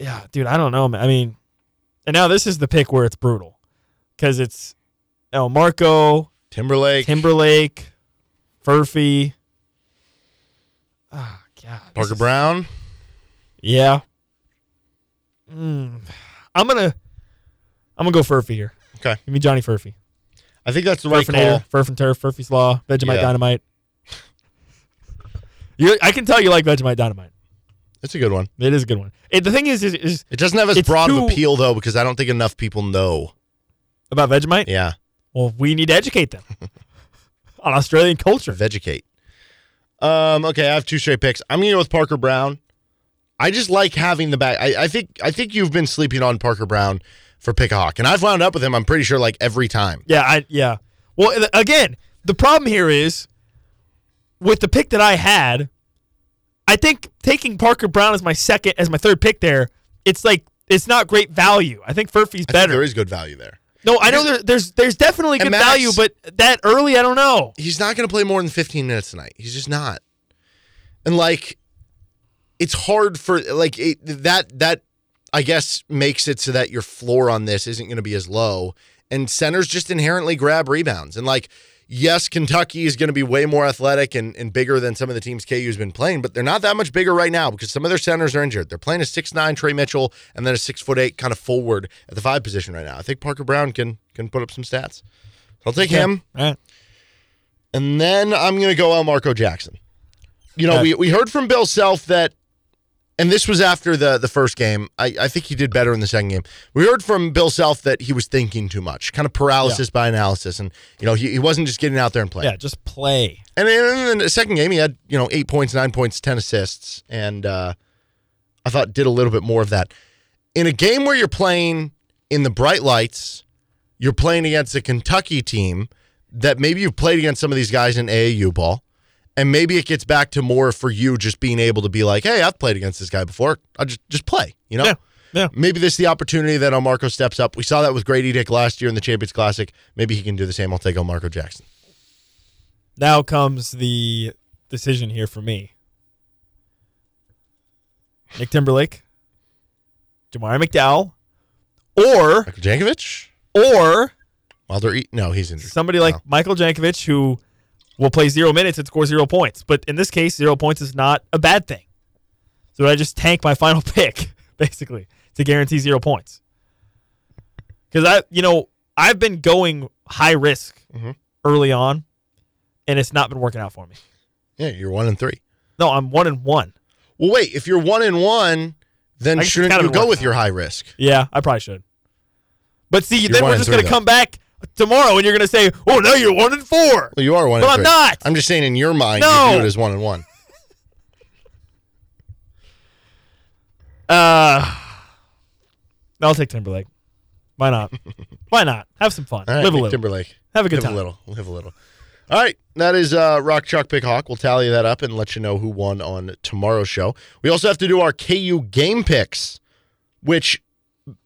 D: Yeah, dude, I don't know. man. I mean, and now this is the pick where it's brutal because it's El Marco,
C: Timberlake,
D: Timberlake, Furphy. Ah, God. this
C: Parker
D: is-
C: Brown.
D: Yeah. Mm, I'm gonna, I'm gonna go Furphy here.
C: Okay.
D: Give me Johnny Furphy.
C: I think that's the right call.
D: Furfinator, Furf and Turf, Furphy's Law, Vegemite
C: Yeah.
D: Dynamite. You, I can tell you like Vegemite Dynamite.
C: That's a good one.
D: It is a good one. It, the thing is, is, is
C: It doesn't have as
D: It's
C: broad of
D: too-
C: appeal though, because I don't think enough people know.
D: about Vegemite.
C: Yeah,
D: Well, we need to educate them on Australian culture.
C: vegetate. Um, okay, I have two straight picks. I'm gonna go with Parker Brown. I just like having the back. I, I think I think you've been sleeping on Parker Brown for pick a hawk, and I've wound up with him. I'm pretty sure like every time.
D: Yeah, I yeah. Well, th- again, the problem here is with the pick that I had. I think taking Parker Brown as my second, as my third pick there, it's like it's not great value. I think Furphy's
C: I think
D: better.
C: there is good value there.
D: no, I know there, there's there's definitely
C: And
D: good
C: Max-
D: value, but that early, I don't know.
C: He's not gonna play more than 15 minutes tonight. He's just not. And like, it's hard for like it, that that I guess makes it so that your floor on this isn't going to be as low. And centers just inherently grab rebounds. And like, yes, Kentucky is going to be way more athletic and, and bigger than some of the teams KU's been playing, but they're not that much bigger right now because some of their centers are injured. They're playing a 6'9 Trey Mitchell and then a 6'8 kind of forward at the five position right now. I think Parker Brown can can put up some stats. I'll take him.
D: All right.
C: And then I'm going to go El Marco Jackson. You know,
D: Okay.
C: we, we heard from Bill Self that, and this was after the, the first game. I, I think he did better in the second game. We heard from Bill Self that he was thinking too much, kind of paralysis by analysis. And, you know, he, he wasn't just getting out there and playing.
D: Yeah, just play.
C: And then in the second game, he had, you know, eight points, nine points, 10 assists. And uh, I thought did a little bit more of that. In a game where you're playing in the bright lights, you're playing against a Kentucky team that maybe you've played against some of these guys in AAU ball. And maybe it gets back to more for you just being able to be like, hey, I've played against this guy before. I just just play, you know?
D: Yeah, yeah.
C: Maybe this is the opportunity that Marco steps up. We saw that with Grady Dick last year in the Champions Classic. Maybe he can do the same. I'll take Marco Jackson.
D: Now comes the decision here for me. Nick Timberlake, Jamari McDowell, or
C: Michael Jankovic?
D: or
C: Wilder, E- no, he's injured.
D: somebody like
C: No.
D: Michael Jankovic who will play zero minutes and score zero points. But in this case, zero points is not a bad thing. So I just tank my final pick basically to guarantee zero points. Because I, you know, I've been going high risk
C: Mhm.
D: early on, and it's not been working out for me.
C: yeah, you're one and three.
D: No, I'm one and one.
C: Well, wait, if you're one and one, then
D: I guess it's
C: shouldn't
D: gotta
C: you
D: be
C: go
D: worth
C: with
D: it.
C: your high risk?
D: Yeah, I probably should. But see,
C: You're
D: then
C: one
D: we're
C: and
D: just
C: three,
D: going to
C: though.
D: come back tomorrow and you're going to say, oh, now you're one and four.
C: Well, you are one.
D: Well,
C: and
D: I'm
C: three.
D: not.
C: I'm just saying, in your mind,
D: No.
C: you view it as one and one.
D: Uh, I'll take Timberlake. Why not? Why not? Have some fun.
C: All right,
D: Live a
C: Nick
D: little.
C: Timberlake.
D: Have a good
C: Live
D: time.
C: a little. Live a little. All right, that is uh, Rock Chalk Pick Hawk. We'll tally that up and let you know who won on tomorrow's show. We also have to do our KU game picks, which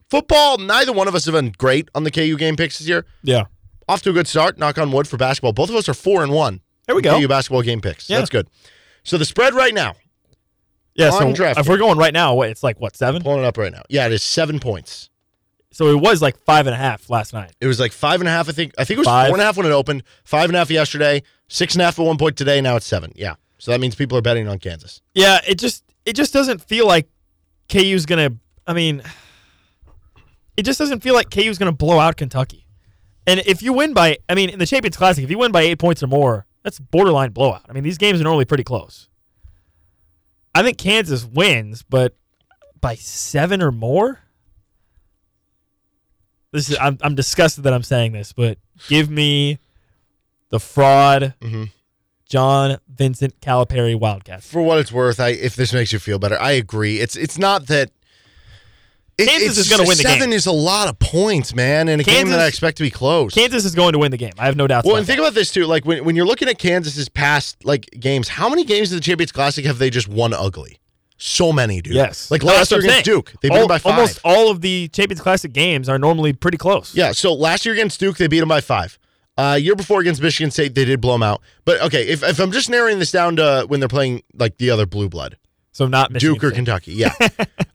C: football. Neither one of us have been great on the KU game picks this year.
D: Yeah.
C: Off to a good start. Knock on wood for basketball. Both of us are four and one.
D: There we
C: in
D: go.
C: KU basketball game picks.
D: Yeah.
C: That's good. So the spread right now,
D: Yeah. So
C: Undrafted.
D: if we're going right now, what, it's like, what, seven?
C: pulling it up right now. Yeah, it is seven points.
D: So it was like five and a half last night.
C: It was like five and a half. I think. I think it was
D: Five.
C: four and a half when it opened. Five and a half yesterday. Six and a half at one point today. Now it's seven. Yeah. So that means people are betting on Kansas.
D: Yeah. It just, it just doesn't feel like KU's going to, I mean, it just doesn't feel like KU's going to blow out Kentucky. And if you win by, I mean, in the Champions Classic, if you win by eight points or more, that's borderline blowout. I mean, these games are normally pretty close. I think Kansas wins, but by seven or more. This is I'm, I'm disgusted that I'm saying this, but give me the fraud,
C: Mhm.
D: John Vincent Calipari Wildcats.
C: For what it's worth, I if this makes you feel better, I agree. It's it's not that. it- it's
D: Kansas is gonna win the
C: seven
D: game.
C: is a lot of points, man, in a game that
D: Kansas-
C: I expect to be close.
D: Kansas is going to win the game. I have no doubts.
C: Well,
D: about
C: and think about this too. Like when, when you're looking at Kansas's past like games, how many games of the Champions Classic have they just won ugly? So many, dude.
D: Yes.
C: Like
D: No,
C: last
D: that's what
C: year
D: I'm
C: against
D: saying.
C: Duke, they beat them
D: All-
C: by five.
D: Almost all of the Champions Classic games are normally pretty close.
C: Yeah, so last year against Duke, they beat them by five. Uh, year before against Michigan State, they did blow them out. But okay, if, if I'm just narrowing this down to when they're playing like the other blue blood,
D: So not Michigan
C: Duke or
D: State.
C: Kentucky, yeah.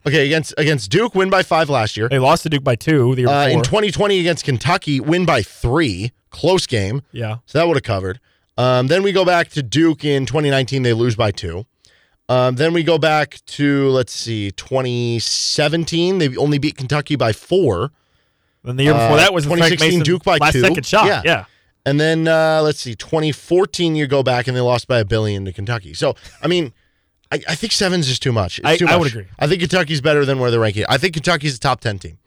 C: okay, against against Duke, win by five last year.
D: They lost to Duke by two the year
C: Uh, in
D: before.
C: 2020 against Kentucky, win by three, close game.
D: yeah.
C: So that would have covered. Um, then we go back to Duke in 2019. They lose by two. Um, then we go back to, let's see, 2017. They only beat Kentucky by four.
D: Then the year before
C: Uh,
D: that was the Frank
C: 2016
D: Mason
C: Duke by
D: last
C: two.
D: second shot.
C: Yeah.
D: yeah.
C: And then, uh, let's see, 2014, you go back and they lost by a billion to Kentucky. So, I mean, I, I think seven's is too much. It's
D: I-
C: too
D: I would
C: much.
D: agree.
C: I think Kentucky's better than where they're ranking. I think Kentucky's a top 10 team.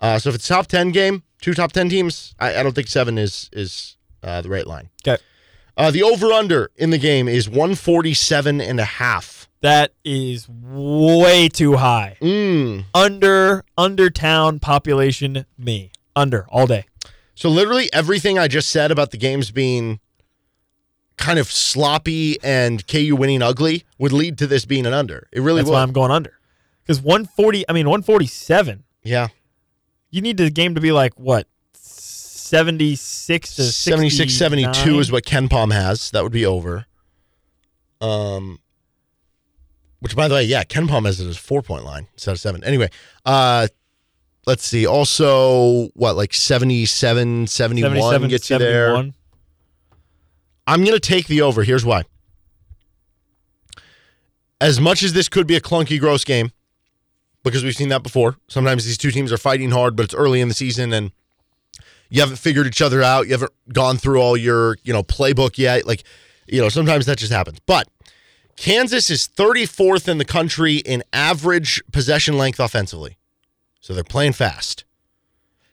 C: Uh, so if it's top 10 game, two top 10 teams, I, I don't think seven is is uh, the right line.
D: 'Kay.
C: Uh, the over under in the game is 147 and a half.
D: That is way too high.
C: Mm.
D: Under under town population me. Under all day.
C: So literally everything I just said about the games being kind of sloppy and KU winning ugly would lead to this being an under. It really
D: That's
C: would.
D: why I'm going under. Because 140, I mean 147.
C: yeah.
D: You need the game to be like what 76 to
C: 76 72 is
D: what.
C: what Ken Palm has. That would be over. Um which by the way, yeah, Ken Palm has it as a four point line instead of seven. Anyway, uh let's see. Also, what, like 77, 71
D: 77
C: gets you there.
D: 71.
C: I'm going to take the over. Here's why. As much as this could be a clunky, gross game, because we've seen that before, sometimes these two teams are fighting hard, but it's early in the season and you haven't figured each other out. You haven't gone through all your, you know, playbook yet. Like, you know, sometimes that just happens. But Kansas is 34th in the country in average possession length offensively. So they're playing fast.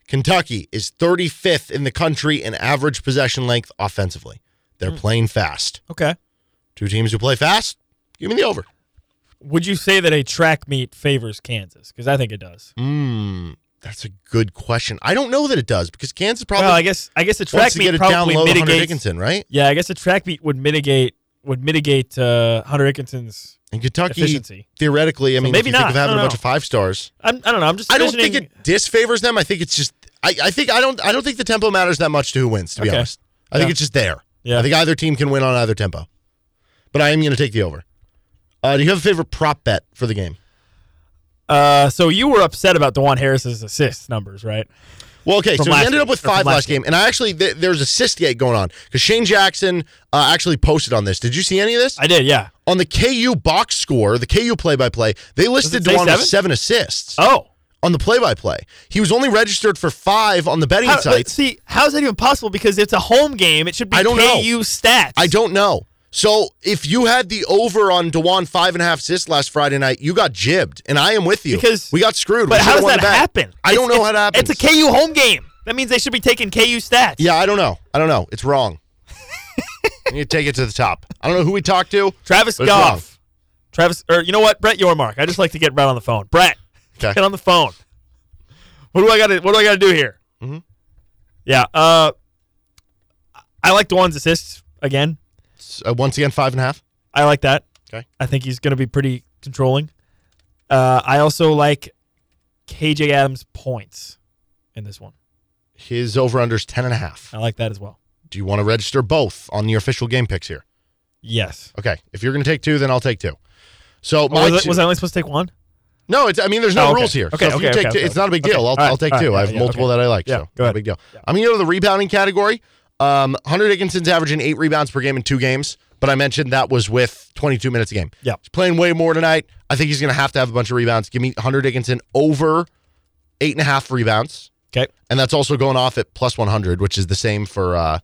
C: Kentucky is 35th in the country in average possession length offensively. They're
D: Hmm.
C: playing fast.
D: Okay.
C: Two teams who play fast, give me the over.
D: Would you say that a track meet favors Kansas? Because I think it does.
C: Mm, that's a good question. I don't know that it does because Kansas probably
D: well, I guess I guess the
C: wants
D: track
C: to get
D: meet
C: it down
D: probably
C: low to Hunter
D: mitigates.
C: Dickinson, right?
D: Yeah, I guess the track meet would mitigate would mitigate uh, Hunter Dickinson's
C: And Kentucky,
D: efficiency.
C: theoretically, I mean,
D: maybe
C: if you think
D: not.
C: of having
D: I
C: a
D: don't
C: bunch
D: know.
C: of five stars,
D: I'm, I don't know. I'm just.
C: I don't think
D: envisioning-
C: it disfavors them. I think it's just, I, I think I don't, I don't think the tempo matters that much to who wins. To be
D: Okay.
C: honest, I think
D: Yeah.
C: it's just there.
D: Yeah.
C: I think either team can win on either tempo, but I am going to take the over. Uh, do you have a favorite prop bet for the game?
D: Uh, so you were upset about Dewan Harris's assist numbers, right?
C: Well, okay,
D: From
C: so we
D: last
C: ended up
D: game,
C: with
D: or from
C: five
D: last
C: last game, and I actually th- there's a cyst gate going on because Shane Jackson uh, actually posted on this. Did you see any of this
D: I did, yeah.
C: on the KU box score? The KU play-by-play they listed
D: say
C: Dewan with
D: seven?
C: seven assists
D: Oh,
C: on the play-by-play. He was only registered for five on the betting
D: How-
C: sites.
D: see, how's that even possible? Because it's a home game. It should be
C: I don't know.
D: KU stats.
C: I don't know. So if you had the over on Dewan five and a half assists last Friday night, you got jibbed, and I am with you
D: Because-
C: we got screwed. We
D: But how
C: should've
D: does
C: won
D: that
C: the bet.
D: happen?
C: I
D: It's-
C: don't know
D: it's-
C: how that happens.
D: It's a KU home game. That means they should be taking KU stats.
C: Yeah, I don't know. I don't know. It's wrong. you need to take it to the top. I don't know who we talked to.
D: Travis
C: but it's wrong.
D: Goff. Travis, or you know what? Brett Yormark. I just like to get Brett on the phone. Brett,
C: Okay.
D: get on the phone. What do I got to? What do I got to do here?
C: Mhm.
D: Yeah. Uh, I like Dwan's assists again.
C: It's, uh, once again, five and a half.
D: I like that.
C: Okay.
D: I think he's going to be pretty controlling. Uh, I also like KJ Adams points in this one.
C: His over under is 10 and a half.
D: I like that as well.
C: Do you want to register both on your official game picks here?
D: Yes.
C: Okay. If you're going to take two, then I'll take two. So,
D: Oh,
C: my
D: was, I,
C: two-
D: was I only supposed to take one?
C: No, it's. I mean, there's no
D: Oh, okay.
C: rules here.
D: Okay,
C: so if
D: okay,
C: you take
D: okay,
C: two,
D: okay,
C: it's not a big
D: okay.
C: deal. I'll,
D: All right,
C: I'll take
D: all right,
C: two.
D: yeah,
C: I have
D: yeah,
C: multiple
D: okay.
C: that I like.
D: Yeah,
C: so not a
D: go ahead.
C: big deal. I'm gonna go to the rebounding category. Um, Hunter Dickinson's averaging eight rebounds per game in two games, but I mentioned that was with 22 minutes a game.
D: Yeah.
C: he's playing way more tonight. I think he's gonna have to have a bunch of rebounds. Give me Hunter Dickinson over eight and a half rebounds,
D: Okay.
C: and that's also going off at plus 100, which is the same for uh,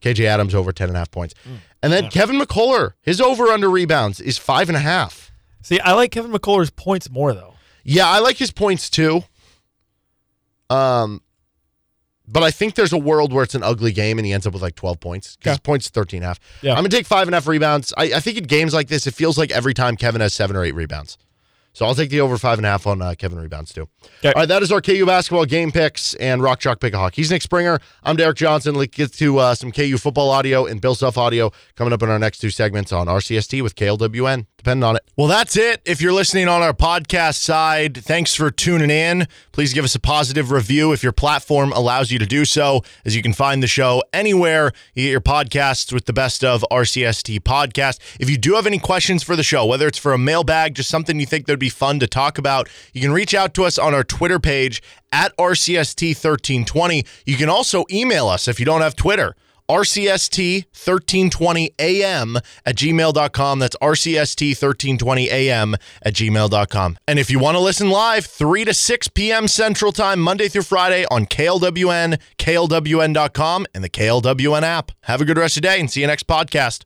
C: KJ Adams over 10 and a half points.
D: Mm.
C: And then Kevin McCullough, his over under rebounds is five and a half.
D: See, I like Kevin McCullough's points more though.
C: Yeah, I like his points too. Um, but I think there's a world where it's an ugly game and he ends up with like 12 points. 'cause His points 13 and a half.
D: Yeah.
C: I'm gonna take five and a half rebounds. I, I think in games like this, it feels like every time Kevin has seven or eight rebounds. So I'll take the over five and a half on uh, Kevin rebounds too.
D: Okay.
C: All right, that is our KU basketball game picks and Rock Chalk Pick a Hawk. He's Nick Springer. I'm Derek Johnson. Let's get to uh, some KU football audio and Bill Self audio coming up in our next two segments on RCST with KLWN. Depending on it. Well, that's it. If you're listening on our podcast side, thanks for tuning in. Please give us a positive review if your platform allows you to do so, as you can find the show anywhere you get your podcasts with the best of RCST podcast. If you do have any questions for the show, whether it's for a mailbag, just something you think that would be fun to talk about, you can reach out to us on our Twitter page at RCST1320. You can also email us if you don't have Twitter. RCST1320AM at gmail.com. That's RCST1320AM at gmail.com. And if you want to listen live, 3 to 6 p.m. Central Time, Monday through Friday on KLWN, KLWN.com, and the KLWN app. Have a good rest of your day and see you next podcast.